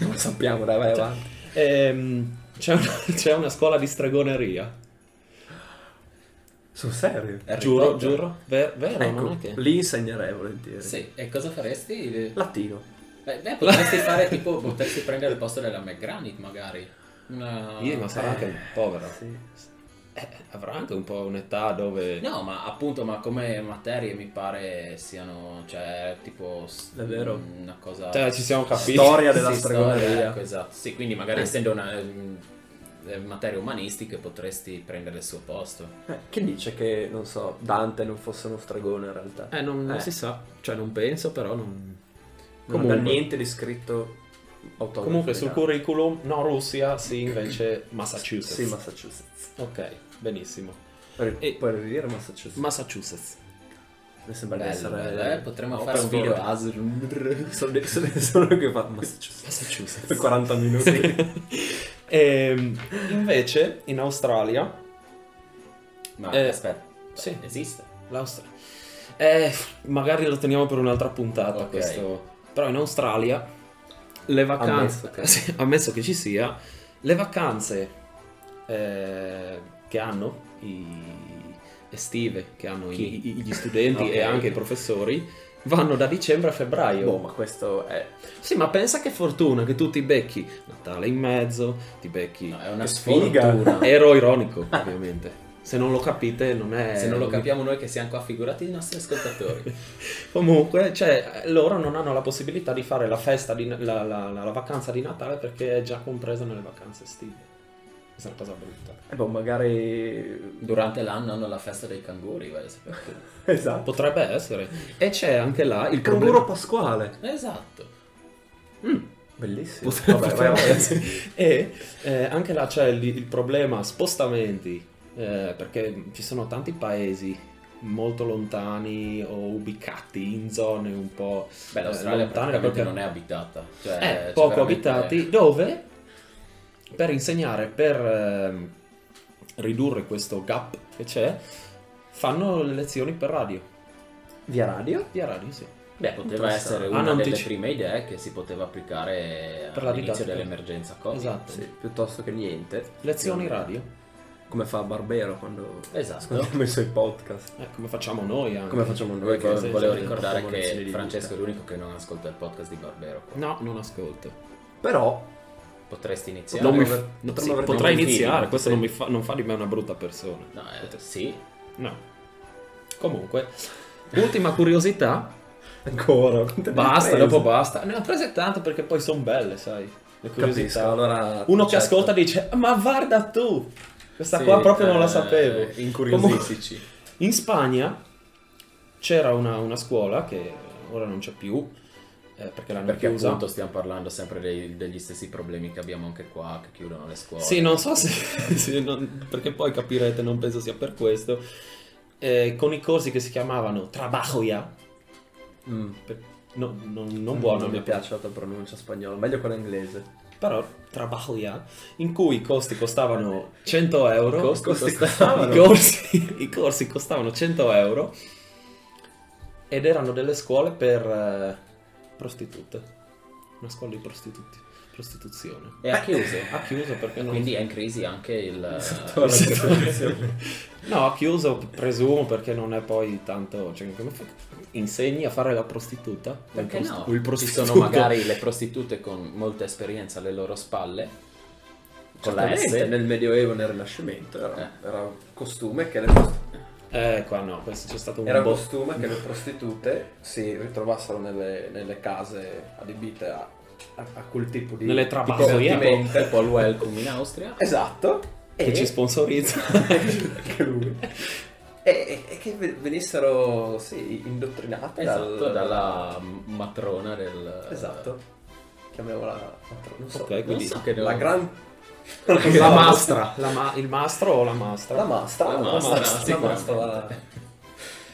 [SPEAKER 5] Lo sappiamo, dai, vai avanti.
[SPEAKER 1] ehm, c'è, una, c'è una scuola di stregoneria.
[SPEAKER 5] Sul serio?
[SPEAKER 4] Harry
[SPEAKER 1] giuro,
[SPEAKER 4] Potter.
[SPEAKER 1] giuro. Ver- vero, non
[SPEAKER 5] Ecco,
[SPEAKER 1] è che...
[SPEAKER 5] li insegnerei volentieri.
[SPEAKER 4] Sì, e cosa faresti?
[SPEAKER 5] Latino.
[SPEAKER 4] Beh, beh, potresti fare tipo, potresti prendere il posto della McGranit magari. Una...
[SPEAKER 1] Io, ma sarà anche povera.
[SPEAKER 5] Sì.
[SPEAKER 1] Eh, avrà anche un po' un'età dove...
[SPEAKER 4] No, ma appunto, ma come materie mi pare siano, cioè, tipo... s- mm,
[SPEAKER 5] Davvero?
[SPEAKER 4] Una cosa...
[SPEAKER 1] Cioè, ci siamo capiti.
[SPEAKER 5] Storia della
[SPEAKER 4] Sì, storia, ecco,
[SPEAKER 5] stregoneria.
[SPEAKER 4] esatto. Sì, quindi magari essendo una... mm, eh, materie umanistiche potresti prendere il suo posto.
[SPEAKER 5] Eh, chi dice che, non so, Dante non fosse uno stregone in realtà?
[SPEAKER 1] Eh, non, non
[SPEAKER 5] Eh.
[SPEAKER 1] si sa. Cioè, non penso, però non...
[SPEAKER 5] non
[SPEAKER 1] comunque.
[SPEAKER 5] ha niente di scritto autografo.
[SPEAKER 1] Comunque
[SPEAKER 5] di
[SPEAKER 1] sul
[SPEAKER 5] Dante.
[SPEAKER 1] curriculum, no Russia, sì invece Massachusetts.
[SPEAKER 5] Sì, Massachusetts.
[SPEAKER 1] Ok, benissimo.
[SPEAKER 5] Per-
[SPEAKER 1] E-
[SPEAKER 5] Puoi ridire Massachusetts?
[SPEAKER 1] Massachusetts.
[SPEAKER 5] Mi sembra
[SPEAKER 4] Bello,
[SPEAKER 5] di essere...
[SPEAKER 4] bello, eh? Potremmo
[SPEAKER 5] Oxford.
[SPEAKER 4] fare un video ASL.
[SPEAKER 5] Sono, sono, sono che fa Massachusetts. Per
[SPEAKER 1] Massachusetts.
[SPEAKER 5] 40 minuti.
[SPEAKER 1] Ehm, invece in Australia...
[SPEAKER 4] Ma
[SPEAKER 1] Eh,
[SPEAKER 4] aspetta,
[SPEAKER 1] sì.
[SPEAKER 4] esiste.
[SPEAKER 1] L'Australia... Eh, magari lo teniamo per un'altra puntata
[SPEAKER 4] Ok.
[SPEAKER 1] questo. Però in Australia le vacanze...
[SPEAKER 5] Ammesso che-
[SPEAKER 1] Sì, ammesso che ci sia, le vacanze eh, che hanno i estive, che hanno
[SPEAKER 4] Chi?
[SPEAKER 1] i- i- gli studenti e
[SPEAKER 4] Ok.
[SPEAKER 1] anche i professori, vanno da dicembre a febbraio.
[SPEAKER 5] Boh, ma questo è...
[SPEAKER 1] Sì, ma pensa che fortuna che tu ti becchi Natale in mezzo, ti becchi.
[SPEAKER 4] No, è una
[SPEAKER 5] Che sfiga.
[SPEAKER 4] sfortuna.
[SPEAKER 1] Ero ironico, ovviamente. Se non lo capite, non
[SPEAKER 5] Eh,
[SPEAKER 1] è.
[SPEAKER 4] Se non lo capiamo noi che siamo qua, figurati i nostri ascoltatori.
[SPEAKER 1] Comunque, cioè, loro non hanno la possibilità di fare la festa, di, la, la- la- la vacanza di Natale perché è già compresa nelle vacanze estive. Questa è una cosa brutta.
[SPEAKER 5] Eh, boh, magari...
[SPEAKER 3] Durante l'anno hanno la festa dei canguri, vai a sapere tu.
[SPEAKER 5] Esatto.
[SPEAKER 1] Potrebbe essere. E c'è anche là il
[SPEAKER 5] Canguro
[SPEAKER 1] problema.
[SPEAKER 5] pasquale.
[SPEAKER 3] Esatto.
[SPEAKER 5] Bellissimo.
[SPEAKER 1] Potrebbe-
[SPEAKER 5] Vabbè, vai avanti.
[SPEAKER 1] potrebbe- e eh, anche là c'è il, il problema spostamenti, eh, perché ci sono tanti paesi molto lontani o ubicati in zone un po'
[SPEAKER 3] Beh,
[SPEAKER 1] eh,
[SPEAKER 3] l'Australia
[SPEAKER 1] lontane da
[SPEAKER 3] praticamente
[SPEAKER 1] quel-
[SPEAKER 3] non è abitata. Cioè,
[SPEAKER 1] eh,
[SPEAKER 3] c'è
[SPEAKER 1] poco
[SPEAKER 3] veramente-
[SPEAKER 1] abitati, dove per insegnare, per ehm, ridurre questo gap che c'è, fanno le lezioni per radio.
[SPEAKER 5] Via radio?
[SPEAKER 1] Via radio, sì.
[SPEAKER 3] Beh, poteva essere una
[SPEAKER 1] Hanno
[SPEAKER 3] delle
[SPEAKER 1] anticipato.
[SPEAKER 3] prime idee che si poteva applicare
[SPEAKER 1] Per la
[SPEAKER 3] all'inizio
[SPEAKER 1] didattica.
[SPEAKER 3] dell'emergenza Covid.
[SPEAKER 1] Esatto.
[SPEAKER 5] Sì, piuttosto che niente.
[SPEAKER 1] Lezioni radio.
[SPEAKER 5] Come fa Barbero quando
[SPEAKER 3] Esatto.
[SPEAKER 5] ascoltiamo i suoi podcast.
[SPEAKER 1] Eh, come facciamo noi anche.
[SPEAKER 5] Come facciamo noi?
[SPEAKER 1] Voi
[SPEAKER 5] che
[SPEAKER 1] che-
[SPEAKER 5] facciamo
[SPEAKER 1] volevo
[SPEAKER 5] le
[SPEAKER 4] ricordare
[SPEAKER 5] nostre
[SPEAKER 4] che
[SPEAKER 5] lezioni di
[SPEAKER 4] Francesco
[SPEAKER 5] vita.
[SPEAKER 4] è l'unico che non ascolta il podcast di Barbero. qua.
[SPEAKER 1] No, non ascolto.
[SPEAKER 5] Però
[SPEAKER 4] Potresti iniziare?
[SPEAKER 1] Non mi
[SPEAKER 5] aver-
[SPEAKER 1] f- no,
[SPEAKER 5] potremmo
[SPEAKER 1] sì,
[SPEAKER 5] aver
[SPEAKER 1] potrei
[SPEAKER 5] dei motivi,
[SPEAKER 1] iniziare,
[SPEAKER 5] no?
[SPEAKER 1] questo
[SPEAKER 5] Sì.
[SPEAKER 1] non, mi fa, non fa di me una brutta persona.
[SPEAKER 4] No, eh, sì.
[SPEAKER 1] No. Comunque, ultima curiosità.
[SPEAKER 5] ancora. quante ne
[SPEAKER 1] Basta,
[SPEAKER 5] hai
[SPEAKER 1] dopo
[SPEAKER 5] prese?
[SPEAKER 1] basta. Ne ho prese tante perché poi sono belle, sai. Le curiosità.
[SPEAKER 5] Capisco, allora
[SPEAKER 1] Uno che
[SPEAKER 5] certo.
[SPEAKER 1] ascolta dice, ma guarda tu! Questa
[SPEAKER 4] Sì,
[SPEAKER 1] qua proprio non la
[SPEAKER 4] eh,
[SPEAKER 1] sapevo.
[SPEAKER 4] Incuriosiscici.
[SPEAKER 1] In Spagna c'era una, una scuola che ora non c'è più, eh, perché l'hanno
[SPEAKER 4] Perché
[SPEAKER 1] chiusa.
[SPEAKER 4] appunto stiamo parlando sempre dei- degli stessi problemi che abbiamo anche qua, che chiudono le scuole.
[SPEAKER 1] Sì, non so se... se non- perché poi capirete, non penso sia per questo. Eh, con i corsi che si chiamavano Trabajo ya.
[SPEAKER 5] Mm.
[SPEAKER 1] per- no- non- non buono,
[SPEAKER 5] Non mi
[SPEAKER 1] mio-
[SPEAKER 5] piace la tua pronuncia spagnola, meglio quella inglese.
[SPEAKER 1] però Trabajo ya, in cui i costi costavano 100 euro.
[SPEAKER 5] costi
[SPEAKER 1] I corsi, i corsi costavano 100 euro ed erano delle scuole per eh, prostitute. Una scuola di prostituti. Prostituzione. Eh,
[SPEAKER 4] E ha chiuso.
[SPEAKER 1] Ha chiuso perché non... Esatto,
[SPEAKER 4] Quindi è in crisi anche il...
[SPEAKER 1] No, ha chiuso, presumo, perché non è poi tanto... Cioè, come fa- Insegni a fare la prostituta?
[SPEAKER 4] Perché
[SPEAKER 1] Il
[SPEAKER 4] no?
[SPEAKER 1] prost- il
[SPEAKER 4] Ci
[SPEAKER 1] prostituto.
[SPEAKER 4] sono magari le prostitute con molta esperienza alle loro spalle, con la S.
[SPEAKER 5] Certamente, nel Medioevo, nel Rinascimento era,
[SPEAKER 4] Eh.
[SPEAKER 5] era un costume che le
[SPEAKER 1] Eh, qua no, questo c'è stato un
[SPEAKER 11] Era
[SPEAKER 1] bo-
[SPEAKER 11] costume che le prostitute si ritrovassero nelle, nelle case adibite a, a, a quel tipo di
[SPEAKER 1] Nelle
[SPEAKER 11] di
[SPEAKER 1] trabajoie.
[SPEAKER 11] divertimento.
[SPEAKER 4] Tipo il welcome in Austria.
[SPEAKER 11] Esatto.
[SPEAKER 1] che ci sponsorizza.
[SPEAKER 11] anche lui. E, e che ve- venissero sì, indottrinate dal-
[SPEAKER 4] Esatto, dalla matrona del...
[SPEAKER 11] Esatto. Chiamiamola non so.
[SPEAKER 1] Ok,
[SPEAKER 4] Non
[SPEAKER 1] quindi...
[SPEAKER 4] so che
[SPEAKER 11] La
[SPEAKER 4] devo-
[SPEAKER 11] gran
[SPEAKER 1] La mastra, la ma- il mastro o la mastra?
[SPEAKER 11] la mastra,
[SPEAKER 4] La
[SPEAKER 11] la
[SPEAKER 4] mastra,
[SPEAKER 11] mastra, la
[SPEAKER 4] sicuramente.
[SPEAKER 11] mastra, la-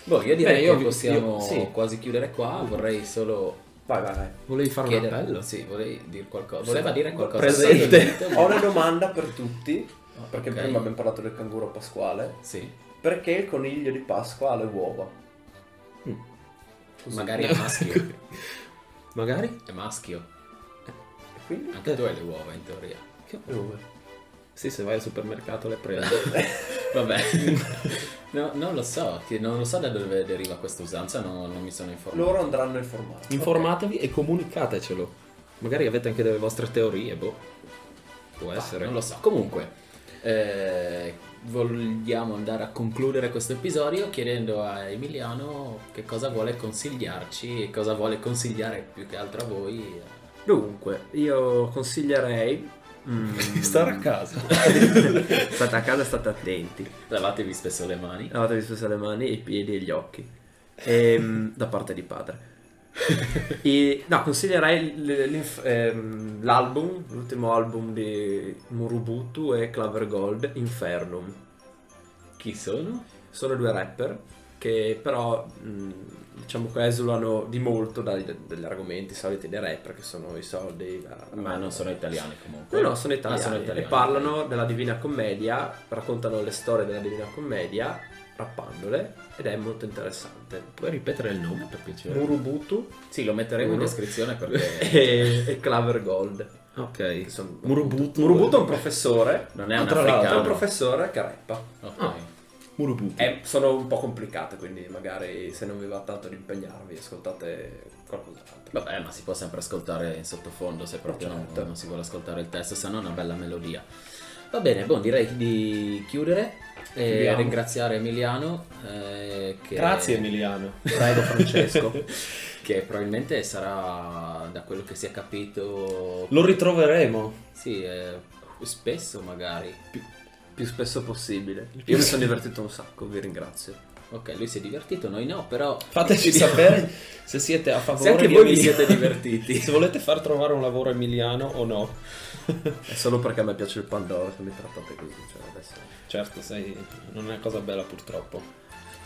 [SPEAKER 4] Boh, io direi
[SPEAKER 1] Beh, io
[SPEAKER 4] che
[SPEAKER 1] vi-
[SPEAKER 4] possiamo
[SPEAKER 1] io- sì.
[SPEAKER 4] quasi chiudere qua, vorrei solo
[SPEAKER 11] Vai, vai, vai.
[SPEAKER 1] Volevi fare
[SPEAKER 4] chiedere...
[SPEAKER 1] un appello?
[SPEAKER 4] Sì, vorrei dire qualcosa. Voleva dire qualcosa.
[SPEAKER 11] Presente.
[SPEAKER 4] Sì,
[SPEAKER 11] Ho una domanda per tutti, perché
[SPEAKER 4] Ok.
[SPEAKER 11] prima abbiamo parlato del canguro pasquale.
[SPEAKER 4] Sì,
[SPEAKER 11] Perché il coniglio di Pasqua ha le uova?
[SPEAKER 4] magari è maschio.
[SPEAKER 1] Magari?
[SPEAKER 4] È maschio.
[SPEAKER 11] E quindi?
[SPEAKER 4] Anche tu hai le uova in teoria.
[SPEAKER 1] Sì, se vai al supermercato le prendo.
[SPEAKER 4] Vabbè, No, non lo so, che non lo so da dove deriva questa usanza, no- non mi sono informato.
[SPEAKER 11] Loro andranno a informarsi.
[SPEAKER 1] Informatevi e comunicatecelo. Magari avete anche delle vostre teorie, boh. Può essere.
[SPEAKER 4] Non lo so. Comunque, eh, vogliamo andare a concludere questo episodio chiedendo a Emiliano che cosa vuole consigliarci e cosa vuole consigliare più che altro a voi.
[SPEAKER 5] Dunque, io consiglierei... mm,
[SPEAKER 1] Stare a casa.
[SPEAKER 5] state a casa e state attenti.
[SPEAKER 4] Lavatevi spesso le mani.
[SPEAKER 5] Lavatevi spesso le mani, i piedi e gli occhi. Ehm, da parte di padre. E- no, consiglierei l- l'inf- ehm, l'album, l'ultimo album di Murubutu e Claver Gold, Infernum.
[SPEAKER 4] Chi sono?
[SPEAKER 5] Sono due rapper che però mh, diciamo che esulano di molto dai- dagli argomenti soliti dei rapper che sono i soldi, la-
[SPEAKER 4] Ma non sono italiani comunque.
[SPEAKER 5] No, no, sono italiani,
[SPEAKER 4] Ah, sono italiani.
[SPEAKER 5] e parlano della Divina Commedia, raccontano le storie della Divina Commedia rappandole ed è molto interessante.
[SPEAKER 1] Puoi ripetere il nome per piacere?
[SPEAKER 5] Murubutu
[SPEAKER 4] Sì, lo metteremo in
[SPEAKER 5] Uno.
[SPEAKER 4] descrizione perché
[SPEAKER 5] e, e Claver Gold.
[SPEAKER 1] Ok.
[SPEAKER 5] che sono-
[SPEAKER 1] Murubutu.
[SPEAKER 5] Murubutu è un professore,
[SPEAKER 4] non è
[SPEAKER 1] Ah,
[SPEAKER 4] un
[SPEAKER 1] tra l'altro,
[SPEAKER 5] è un
[SPEAKER 4] africano.
[SPEAKER 5] professore che rappa.
[SPEAKER 4] Ok.
[SPEAKER 1] Ah. Murubutu.
[SPEAKER 5] Eh, sono un po' complicate, quindi magari se non vi va tanto di impegnarvi, ascoltate qualcos'altro.
[SPEAKER 4] Vabbè, ma si può sempre ascoltare in sottofondo se proprio non-
[SPEAKER 5] Certo.
[SPEAKER 4] non, si vuole ascoltare il testo, se no è una bella melodia. Va bene, buon, direi di chiudere e
[SPEAKER 1] Chiudiamo.
[SPEAKER 4] ringraziare Emiliano. eh, che,
[SPEAKER 1] Grazie Emiliano.
[SPEAKER 5] Prego Francesco.
[SPEAKER 4] Che probabilmente sarà, da quello che si è capito,
[SPEAKER 1] Lo ritroveremo.
[SPEAKER 4] sì, eh, Spesso magari.
[SPEAKER 5] più spesso possibile. Io mi sono divertito un sacco, vi ringrazio.
[SPEAKER 4] Ok, lui si è divertito, noi no, però...
[SPEAKER 1] Fateci sapere se siete a
[SPEAKER 4] Se
[SPEAKER 1] favore
[SPEAKER 4] anche
[SPEAKER 1] di
[SPEAKER 4] voi vi
[SPEAKER 1] Emiliano.
[SPEAKER 4] siete divertiti.
[SPEAKER 1] Se volete far trovare un lavoro a Emiliano o no.
[SPEAKER 5] È solo perché a me piace il Pandoro che mi trattate così. Cioè adesso.
[SPEAKER 1] Certo, sai, non è una cosa bella purtroppo.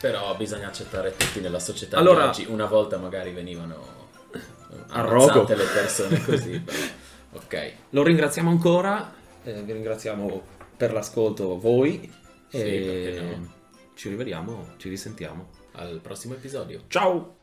[SPEAKER 4] Però bisogna accettare tutti nella società di
[SPEAKER 5] Allora-
[SPEAKER 4] oggi. Una volta magari venivano
[SPEAKER 5] A rogo.
[SPEAKER 4] ammazzate le persone così. però. ok.
[SPEAKER 1] Lo ringraziamo ancora, eh, vi ringraziamo per l'ascolto voi
[SPEAKER 4] Sì,
[SPEAKER 1] e
[SPEAKER 4] perché no.
[SPEAKER 1] ci rivediamo, ci risentiamo.
[SPEAKER 4] Al prossimo episodio.
[SPEAKER 1] Ciao!